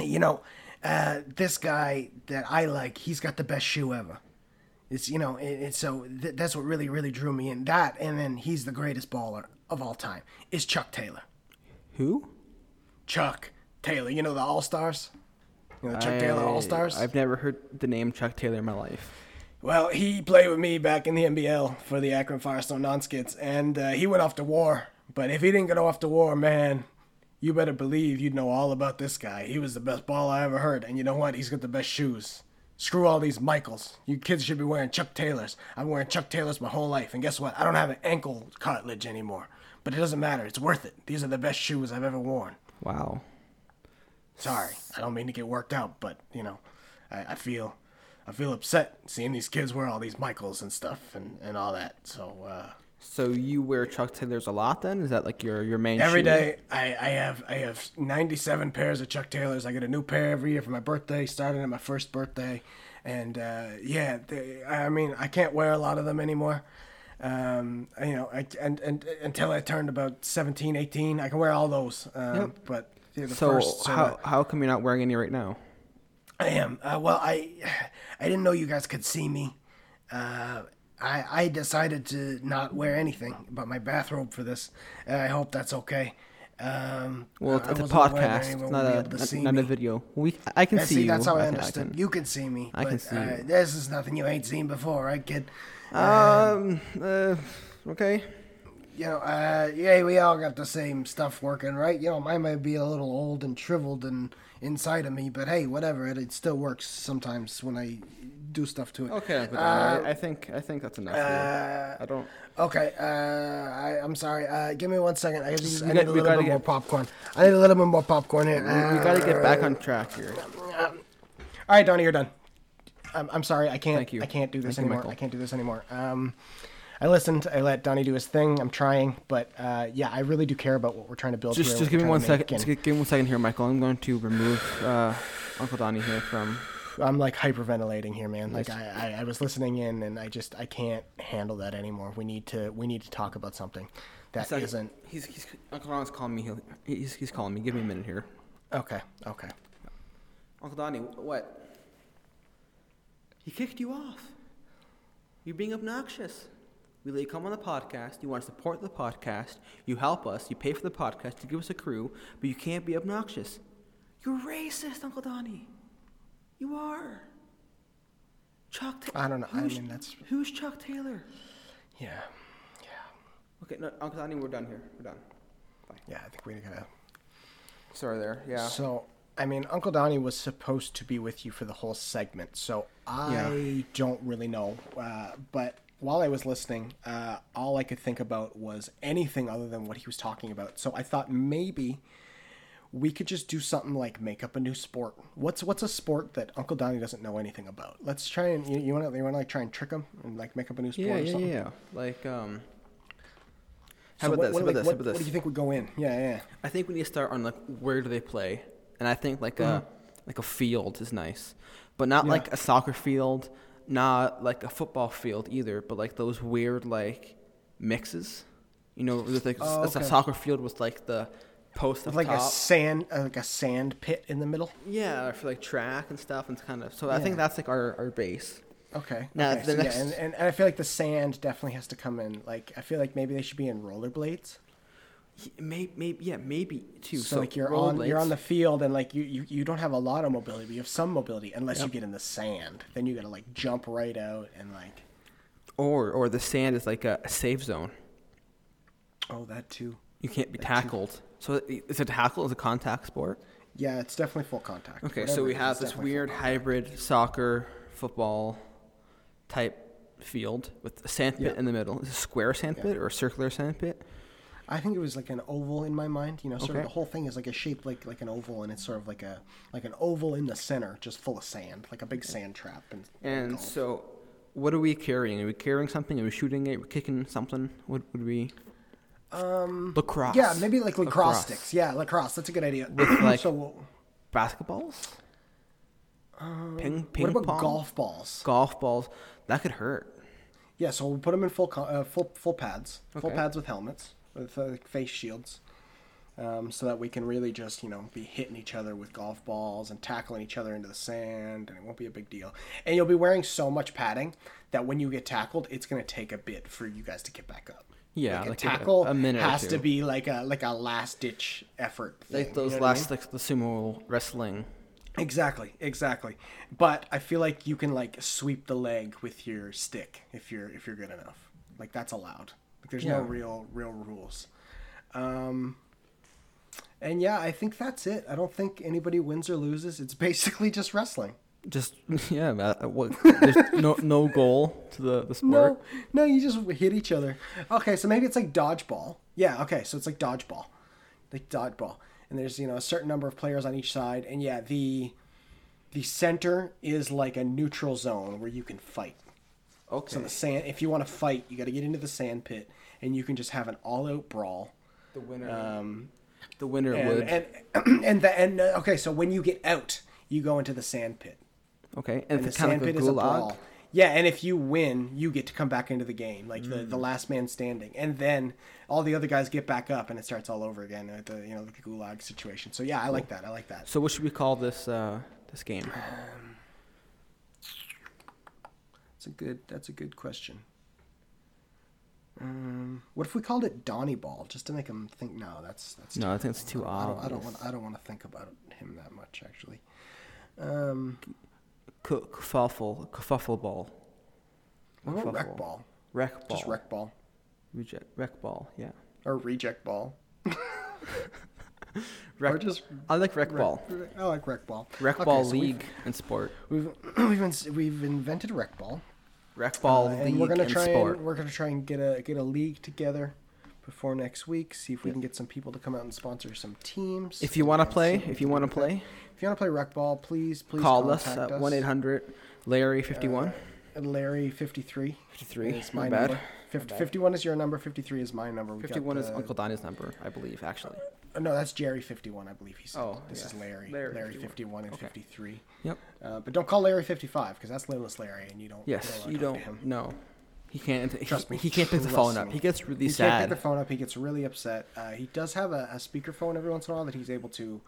[SPEAKER 1] You know, uh, this guy that I like, he's got the best shoe ever. It's you know, and, and so th- that's what really really drew me in. That, and then he's the greatest baller of all time. Is Chuck Taylor.
[SPEAKER 2] Who?
[SPEAKER 1] Chuck Taylor. You know the All Stars. You know the Chuck Taylor
[SPEAKER 2] I-
[SPEAKER 1] All Stars.
[SPEAKER 2] I've never heard the name Chuck Taylor in my life.
[SPEAKER 1] Well, he played with me back in the NBL for the Akron Firestone Nonskits, and uh, he went off to war. But if he didn't go off to war, man, you better believe you'd know all about this guy. He was the best ball I ever heard, and you know what? He's got the best shoes. Screw all these Michaels. You kids should be wearing Chuck Taylors. I've been wearing Chuck Taylors my whole life, and guess what? I don't have an ankle cartilage anymore. But it doesn't matter. It's worth it. These are the best shoes I've ever worn.
[SPEAKER 2] Wow.
[SPEAKER 1] Sorry, I don't mean to get worked out, but you know, I, I feel, I feel upset seeing these kids wear all these Michaels and stuff and, and all that. So uh,
[SPEAKER 2] So you wear Chuck Taylors a lot then? Is that like your your main
[SPEAKER 1] every
[SPEAKER 2] shoe?
[SPEAKER 1] day I, I have I have 97 pairs of Chuck Taylors. I get a new pair every year for my birthday, starting at my first birthday, and uh, yeah, they, I mean I can't wear a lot of them anymore. Um, you know, I, and, and until I turned about 17, 18, I can wear all those. Um, But yeah, the
[SPEAKER 2] So
[SPEAKER 1] first, sorta-
[SPEAKER 2] how how come you're not wearing any right now?
[SPEAKER 1] I am. Uh, well, I I didn't know you guys could see me. Uh, I I decided to not wear anything but my bathrobe for this, and I hope that's okay. Um,
[SPEAKER 2] Well,
[SPEAKER 1] I
[SPEAKER 2] it's, it's a
[SPEAKER 1] wasn't aware that
[SPEAKER 2] podcast,
[SPEAKER 1] anyone
[SPEAKER 2] not
[SPEAKER 1] would be
[SPEAKER 2] a
[SPEAKER 1] able to
[SPEAKER 2] not-
[SPEAKER 1] see
[SPEAKER 2] not
[SPEAKER 1] me.
[SPEAKER 2] a video. We I can
[SPEAKER 1] Yeah,
[SPEAKER 2] see,
[SPEAKER 1] see,
[SPEAKER 2] you.
[SPEAKER 1] that's how I,
[SPEAKER 2] can-
[SPEAKER 1] understood.
[SPEAKER 2] can-
[SPEAKER 1] You can see me.
[SPEAKER 2] I can
[SPEAKER 1] but,
[SPEAKER 2] see
[SPEAKER 1] uh,
[SPEAKER 2] you.
[SPEAKER 1] This is nothing you ain't seen before, right, kid?
[SPEAKER 2] Um. Uh, okay.
[SPEAKER 1] you know, uh, yeah, we all got the same stuff working, right? You know, mine might be a little old and shriveled and inside of me, but hey, whatever. It, it still works sometimes when I do stuff to it.
[SPEAKER 2] Okay. Uncle Dan,
[SPEAKER 1] Uh,
[SPEAKER 2] I, I think I think that's enough.
[SPEAKER 1] uh,
[SPEAKER 2] here. I don't.
[SPEAKER 1] Okay, uh, I, I'm sorry. Uh, give me one second. I, just, I
[SPEAKER 2] We
[SPEAKER 1] need a
[SPEAKER 2] got- we
[SPEAKER 1] little
[SPEAKER 2] gotta
[SPEAKER 1] bit more
[SPEAKER 2] get-
[SPEAKER 1] popcorn. I need a little bit more popcorn here. Uh, um,
[SPEAKER 2] We gotta get back on track here.
[SPEAKER 1] All right, Donnie, you're done. I'm, I'm sorry. I can't.
[SPEAKER 2] Thank you.
[SPEAKER 1] I can't do this
[SPEAKER 2] Thank you,
[SPEAKER 1] anymore.
[SPEAKER 2] Michael.
[SPEAKER 1] I can't do this anymore. Um, I listened. I let Donnie do his thing. I'm trying, but uh, yeah, I really do care about what we're trying to build.
[SPEAKER 2] Just
[SPEAKER 1] here,
[SPEAKER 2] just
[SPEAKER 1] what
[SPEAKER 2] give
[SPEAKER 1] we're trying
[SPEAKER 2] me one
[SPEAKER 1] to
[SPEAKER 2] second.
[SPEAKER 1] make,
[SPEAKER 2] Just gi- give me one second here, Michael. I'm going to remove uh, Uncle Donnie here from.
[SPEAKER 1] and I'm like hyperventilating here, man. Like I, I, I was listening in, and I just I can't handle that anymore. We need to we need to talk about something that
[SPEAKER 2] Second.
[SPEAKER 1] isn't
[SPEAKER 2] He's, he's Uncle Don's calling me. He'll, he's he's calling me. Give me a minute here.
[SPEAKER 1] Okay. Okay.
[SPEAKER 2] Uncle Donnie, wh- what? He kicked you off. You're being obnoxious. We let you come on the podcast. You want to support the podcast. You help us. You pay for the podcast. You give us a crew, but you can't be obnoxious. You're racist, Uncle Donnie. You are. Chuck. Ta-
[SPEAKER 1] I don't know. I
[SPEAKER 2] Who's,
[SPEAKER 1] mean, that's-
[SPEAKER 2] who's Chuck Taylor?
[SPEAKER 1] Yeah. Yeah.
[SPEAKER 2] Okay, no, Uncle Donnie, we're done here. We're done. Bye.
[SPEAKER 1] Yeah. I think we gotta.
[SPEAKER 2] Sorry there. Yeah.
[SPEAKER 1] So, I mean, Uncle Donnie was supposed to be with you for the whole segment, so I don't really know. Uh, but while I was listening, uh, all I could think about was anything other than what he was talking about. So I thought maybe we could just do something like make up a new sport. What's what's a sport that Uncle Donnie doesn't know anything about? Let's try and you, you want to you want to like try and trick him and like make up a new sport
[SPEAKER 2] yeah,
[SPEAKER 1] or
[SPEAKER 2] yeah,
[SPEAKER 1] something.
[SPEAKER 2] yeah. Like, um.
[SPEAKER 1] So
[SPEAKER 2] How about
[SPEAKER 1] what-
[SPEAKER 2] this?
[SPEAKER 1] what- like,
[SPEAKER 2] How about this? How
[SPEAKER 1] what-
[SPEAKER 2] about
[SPEAKER 1] What do
[SPEAKER 2] this?
[SPEAKER 1] you think would go in? Yeah, yeah.
[SPEAKER 2] I think we need to start on like where do they play, and I think like a like a field is nice, but not
[SPEAKER 1] Mm-hmm. Yeah.
[SPEAKER 2] like a soccer field, not like a football field either, but like those weird like mixes, you know, with like
[SPEAKER 1] Oh,
[SPEAKER 2] it's a
[SPEAKER 1] okay.
[SPEAKER 2] soccer field with like the post up
[SPEAKER 1] With like
[SPEAKER 2] top.
[SPEAKER 1] a sand uh, like a sand pit in the middle.
[SPEAKER 2] yeah, for like track and stuff, and it's kind of so I
[SPEAKER 1] Yeah.
[SPEAKER 2] think that's like our, our base.
[SPEAKER 1] Okay.
[SPEAKER 2] Now,
[SPEAKER 1] okay,
[SPEAKER 2] the
[SPEAKER 1] so
[SPEAKER 2] next-
[SPEAKER 1] yeah, and, and, and I feel like the sand definitely has to come in. Like I feel like maybe they should be in rollerblades.
[SPEAKER 2] Maybe, maybe yeah, maybe too.
[SPEAKER 1] So, like you're on you're on the field and like you, you you don't have a lot of mobility, but you have some mobility unless you get in the sand. Then you got to like jump right out and like
[SPEAKER 2] or or the sand is like a, a safe zone.
[SPEAKER 1] oh that too.
[SPEAKER 2] You can't be tackled. So is a tackle is a contact sport?
[SPEAKER 1] Yeah, it's definitely full contact.
[SPEAKER 2] Okay,
[SPEAKER 1] Whatever
[SPEAKER 2] so we
[SPEAKER 1] it is,
[SPEAKER 2] have
[SPEAKER 1] it's
[SPEAKER 2] this
[SPEAKER 1] definitely full
[SPEAKER 2] weird
[SPEAKER 1] contact.
[SPEAKER 2] hybrid soccer football type field with a sand pit
[SPEAKER 1] Yeah.
[SPEAKER 2] in the middle. Is it a square sand pit or a circular sand pit?
[SPEAKER 1] I think it was like an oval in my mind. You know, sort
[SPEAKER 2] Okay.
[SPEAKER 1] of the whole thing is like a shape like like an oval, and it's sort of like a like an oval in the center, just full of sand, like a big sand trap. And,
[SPEAKER 2] And so, what are we carrying? Are we carrying something? Are we shooting it? Are we kicking something? What would we? Um, lacrosse.
[SPEAKER 1] yeah, maybe like lacrosse,
[SPEAKER 2] Lacrosse.
[SPEAKER 1] sticks. Yeah, lacrosse. That's a good idea.
[SPEAKER 2] With, like,
[SPEAKER 1] so we'll-
[SPEAKER 2] Basketballs. ping ping
[SPEAKER 1] Um, what about
[SPEAKER 2] pong.
[SPEAKER 1] golf balls?
[SPEAKER 2] Golf balls. That could hurt.
[SPEAKER 1] Yeah, so we'll put them in full co- uh, full full pads, full
[SPEAKER 2] Okay.
[SPEAKER 1] pads with helmets, with uh, face shields, um, so that we can really just you know be hitting each other with golf balls and tackling each other into the sand, and it won't be a big deal. And you'll be wearing so much padding that when you get tackled, it's gonna take a bit for you guys to get back up.
[SPEAKER 2] Yeah,
[SPEAKER 1] like a
[SPEAKER 2] like a-
[SPEAKER 1] tackle
[SPEAKER 2] a minute or
[SPEAKER 1] has to
[SPEAKER 2] two.
[SPEAKER 1] be like a like a last ditch effort.
[SPEAKER 2] Like
[SPEAKER 1] thing, you
[SPEAKER 2] those
[SPEAKER 1] know what I mean?
[SPEAKER 2] last like the sumo wrestling.
[SPEAKER 1] Exactly, exactly. But I feel like you can like sweep the leg with your stick if you're if you're good enough. Like that's allowed. Like there's no
[SPEAKER 2] Yeah.
[SPEAKER 1] real real rules. Um and yeah, I think that's it. I don't think anybody wins or loses. It's basically just wrestling.
[SPEAKER 2] Just yeah, but, uh, what, there's no no goal to the the sport.
[SPEAKER 1] No, no, you just hit each other. Okay, so maybe it's like dodgeball. Yeah, okay, so it's like dodgeball, like dodgeball. And there's you know a certain number of players on each side, and yeah, the the center is like a neutral zone where you can fight.
[SPEAKER 2] Okay.
[SPEAKER 1] So the sand, if you want to fight, you got to get into the sand pit, and you can just have an all-out brawl.
[SPEAKER 2] The winner. the winner
[SPEAKER 1] And
[SPEAKER 2] would.
[SPEAKER 1] and and, the, and uh, okay, so when you get out, you go into the sand pit.
[SPEAKER 2] okay, and,
[SPEAKER 1] And the
[SPEAKER 2] it's kind of
[SPEAKER 1] sand
[SPEAKER 2] like
[SPEAKER 1] pit
[SPEAKER 2] a
[SPEAKER 1] is a
[SPEAKER 2] gulag.
[SPEAKER 1] brawl. Yeah, and if you win, you get to come back into the game, like the,
[SPEAKER 2] Mm.
[SPEAKER 1] the last man standing, and then all the other guys get back up, and it starts all over again at the you know the gulag situation. So yeah, I like that. I like that.
[SPEAKER 2] So what should we call this uh, this game?
[SPEAKER 1] That's a good. That's a good question. Um, what if we called it Donnie Ball, just to make him think? No, that's that's.
[SPEAKER 2] No, I think it's too
[SPEAKER 1] I
[SPEAKER 2] odd.
[SPEAKER 1] don't, I don't want. I don't want to think about him that much, actually. Um,
[SPEAKER 2] Cook kerfuffle kerfuffle ball.
[SPEAKER 1] what about
[SPEAKER 2] Kerfuffle.
[SPEAKER 1] rec ball?
[SPEAKER 2] Rec ball.
[SPEAKER 1] Just rec ball
[SPEAKER 2] Reject. Rec ball. Yeah.
[SPEAKER 1] or reject ball.
[SPEAKER 2] Rec,
[SPEAKER 1] Or just
[SPEAKER 2] I like rec, ball.
[SPEAKER 1] I like rec ball.
[SPEAKER 2] Rec
[SPEAKER 1] Okay,
[SPEAKER 2] ball
[SPEAKER 1] so we've-
[SPEAKER 2] league and sport.
[SPEAKER 1] We've we've, ins- we've invented rec ball,
[SPEAKER 2] Rec ball
[SPEAKER 1] uh,
[SPEAKER 2] league
[SPEAKER 1] and
[SPEAKER 2] and,
[SPEAKER 1] we're gonna try
[SPEAKER 2] sport.
[SPEAKER 1] and we're gonna try and get a get a league together before next week. See if we can get some people to come out and sponsor some teams.
[SPEAKER 2] if you want to
[SPEAKER 1] and see
[SPEAKER 2] play,
[SPEAKER 1] we
[SPEAKER 2] if
[SPEAKER 1] can
[SPEAKER 2] you want to
[SPEAKER 1] do with that.
[SPEAKER 2] play,
[SPEAKER 1] if you want to play rec ball, please please
[SPEAKER 2] call us
[SPEAKER 1] contact Uh,
[SPEAKER 2] at one eight hundred Larry fifty one.
[SPEAKER 1] Larry fifty three.
[SPEAKER 2] 53,
[SPEAKER 1] is my
[SPEAKER 2] not bad.
[SPEAKER 1] number. 50, 51 is your number. Fifty three is my number. We got
[SPEAKER 2] 51 is
[SPEAKER 1] the-
[SPEAKER 2] Uncle Donnie's number, I believe, actually.
[SPEAKER 1] uh, No, that's Jerry fifty one. I believe he said.
[SPEAKER 2] Oh,
[SPEAKER 1] this
[SPEAKER 2] yeah.
[SPEAKER 1] is Larry. Larry,
[SPEAKER 2] Larry
[SPEAKER 1] fifty one and
[SPEAKER 2] Okay.
[SPEAKER 1] fifty three.
[SPEAKER 2] Yep.
[SPEAKER 1] Uh, but don't call Larry fifty five because that's Limbless Larry, and you don't.
[SPEAKER 2] Yes,
[SPEAKER 1] wanna
[SPEAKER 2] you
[SPEAKER 1] talk to
[SPEAKER 2] don't.
[SPEAKER 1] him.
[SPEAKER 2] No, he can't.
[SPEAKER 1] Trust
[SPEAKER 2] he,
[SPEAKER 1] me.
[SPEAKER 2] He can't pick the
[SPEAKER 1] Trust
[SPEAKER 2] phone up.
[SPEAKER 1] me.
[SPEAKER 2] He gets really
[SPEAKER 1] he
[SPEAKER 2] sad.
[SPEAKER 1] can't pick the phone up. He gets really upset. Uh, he does have a, a speakerphone every once in a while that he's able to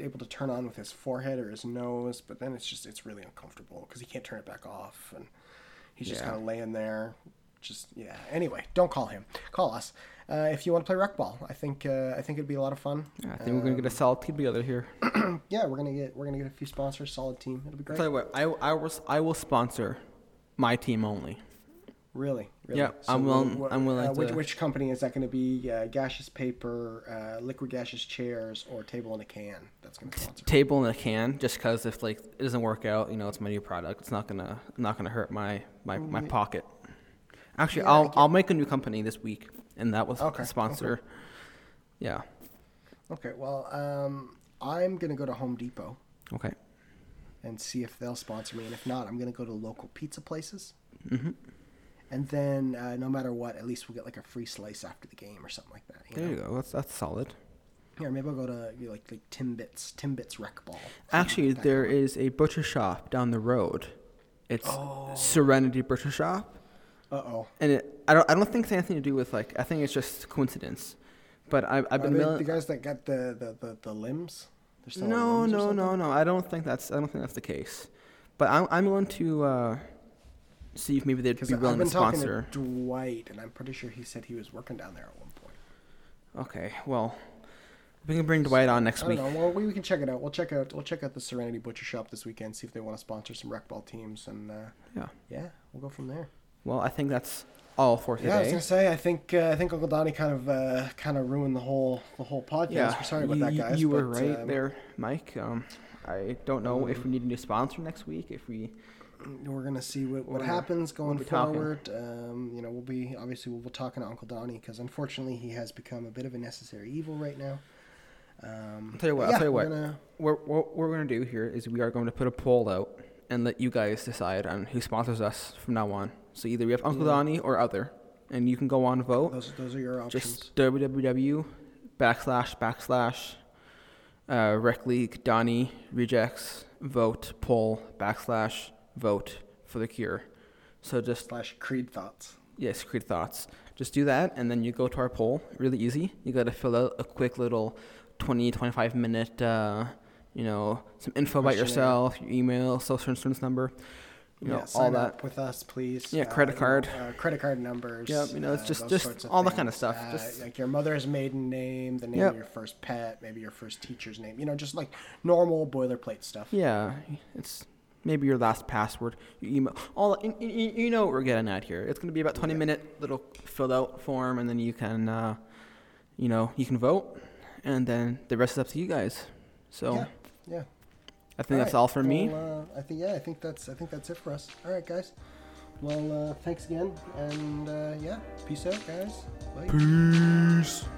[SPEAKER 1] able to turn on with his forehead or his nose, but then it's just it's really uncomfortable because he can't turn it back off, and he's just
[SPEAKER 2] Yeah.
[SPEAKER 1] kind of laying there. Just yeah. Anyway, don't call him. Call us uh, if you want to play rec ball. I think uh, I think it'd be a lot of fun.
[SPEAKER 2] I think we're gonna get a solid team together here.
[SPEAKER 1] Yeah, we're gonna get we're gonna get a few sponsors, solid team. It'll be
[SPEAKER 2] I'll
[SPEAKER 1] great.
[SPEAKER 2] tell you what, I, I, will, I will sponsor my team only.
[SPEAKER 1] Really, really.
[SPEAKER 2] Yeah, I'm willing-
[SPEAKER 1] wha-
[SPEAKER 2] I'm willing
[SPEAKER 1] uh, Which,
[SPEAKER 2] to-
[SPEAKER 1] which company is that going to be? Uh, gaseous paper, uh, liquid gaseous chairs, or table in a can? That's going to sponsor.
[SPEAKER 2] Table in a can, just because if like it doesn't work out, you know, it's my new product. It's not gonna not gonna hurt my my, my pocket. Actually,
[SPEAKER 1] Yeah, I
[SPEAKER 2] I'll
[SPEAKER 1] get-
[SPEAKER 2] I'll make a new company this week, and that was
[SPEAKER 1] Okay,
[SPEAKER 2] the sponsor. Yeah.
[SPEAKER 1] Okay, well, um, I'm going to go to Home Depot
[SPEAKER 2] Okay.
[SPEAKER 1] and see if they'll sponsor me, and if not, I'm going to go to local pizza places. Mm-hmm. And then, uh, no matter what, at least we'll get like a free slice after the game or something like that. You
[SPEAKER 2] There
[SPEAKER 1] know?
[SPEAKER 2] you go. That's that's solid.
[SPEAKER 1] Here, maybe I'll go to you know, like like Timbits, Timbits Rec Ball.
[SPEAKER 2] Actually, there is a butcher shop down the road. It's
[SPEAKER 1] Oh.
[SPEAKER 2] Serenity Butcher Shop,
[SPEAKER 1] Uh oh.
[SPEAKER 2] and it, I don't I don't think it's anything to do with like I think it's just coincidence. But I, I've
[SPEAKER 1] Are
[SPEAKER 2] been
[SPEAKER 1] they
[SPEAKER 2] mailing-
[SPEAKER 1] the guys that got the the, the, the limbs? They're selling
[SPEAKER 2] No,
[SPEAKER 1] limbs or
[SPEAKER 2] no,
[SPEAKER 1] something?
[SPEAKER 2] no, no. I don't think that's. I don't think that's the case. But I'm, I'm going to uh, see if maybe they'd
[SPEAKER 1] Because
[SPEAKER 2] be
[SPEAKER 1] I've
[SPEAKER 2] willing to
[SPEAKER 1] been talking to
[SPEAKER 2] sponsor.
[SPEAKER 1] Dwight, and I'm pretty sure he said he was working down there at one point.
[SPEAKER 2] Okay. Well, we can bring Dwight on next
[SPEAKER 1] I don't
[SPEAKER 2] week.
[SPEAKER 1] know. Well, we, we can check it out. We'll check out. We'll check out the Serenity Butcher Shop this weekend. See if they want to sponsor some rec ball teams, and uh,
[SPEAKER 2] Yeah.
[SPEAKER 1] yeah, we'll go from there.
[SPEAKER 2] Well, I think that's all for
[SPEAKER 1] Yeah, I was
[SPEAKER 2] today.
[SPEAKER 1] gonna say. I think uh, I think Uncle Donnie kind of uh, kind of ruined the whole the whole podcast. We're sorry about
[SPEAKER 2] you,
[SPEAKER 1] that,
[SPEAKER 2] you-
[SPEAKER 1] guys.
[SPEAKER 2] You were
[SPEAKER 1] but,
[SPEAKER 2] right
[SPEAKER 1] um, Mm-hmm.
[SPEAKER 2] there, Mike. Um, I don't know if we need a new sponsor next week. If we
[SPEAKER 1] We're gonna see what, what
[SPEAKER 2] We're-
[SPEAKER 1] happens going
[SPEAKER 2] we'll be talking.
[SPEAKER 1] forward. Um, you know, we'll be obviously we'll be talking to Uncle Donnie because unfortunately he has become a bit of a necessary evil right now. Um,
[SPEAKER 2] I'll tell you what,
[SPEAKER 1] but
[SPEAKER 2] I'll
[SPEAKER 1] yeah,
[SPEAKER 2] tell you
[SPEAKER 1] we're
[SPEAKER 2] what.
[SPEAKER 1] gonna-
[SPEAKER 2] what, what we're going to do here is we are going to put a poll out and let you guys decide on who sponsors us from now on. So either we have Uncle
[SPEAKER 1] Mm-hmm.
[SPEAKER 2] Donnie or other, and you can go on vote.
[SPEAKER 1] those those are your options.
[SPEAKER 2] Oh. just www backslash backslash uh, rec league donnie rejects vote poll backslash vote for the cure so just
[SPEAKER 1] slash Creed thoughts.
[SPEAKER 2] yes create thoughts just do that and then you go to our poll really easy you got to fill out a quick little 20 25 minute uh, you know some info about
[SPEAKER 1] Questionnaire.
[SPEAKER 2] yourself your email social insurance number you know all
[SPEAKER 1] sign
[SPEAKER 2] that
[SPEAKER 1] up with us, please.
[SPEAKER 2] Yeah, credit
[SPEAKER 1] you
[SPEAKER 2] card.
[SPEAKER 1] know, uh, credit card numbers.
[SPEAKER 2] Yep, you know, it's
[SPEAKER 1] uh,
[SPEAKER 2] just-
[SPEAKER 1] those
[SPEAKER 2] just
[SPEAKER 1] sorts
[SPEAKER 2] all that kinda
[SPEAKER 1] things.
[SPEAKER 2] stuff,
[SPEAKER 1] Uh,
[SPEAKER 2] just-
[SPEAKER 1] like your mother's maiden name, the name
[SPEAKER 2] Yep.
[SPEAKER 1] of your first pet, maybe your first teacher's name. You know, just like normal boilerplate stuff.
[SPEAKER 2] Yeah, it's maybe your last password, your email. All you, you, you know what we're getting at here. It's gonna be about twenty minute little filled out form, and then you can, uh, you know, you can vote, and then the rest is up to you guys. So
[SPEAKER 1] Yeah. Yeah.
[SPEAKER 2] I think that's all for me.
[SPEAKER 1] Well, uh, I think yeah, I think that's I think that's it for us. All right, guys. Well, uh, thanks again, and uh, yeah, peace out, guys. Bye.
[SPEAKER 3] Peace.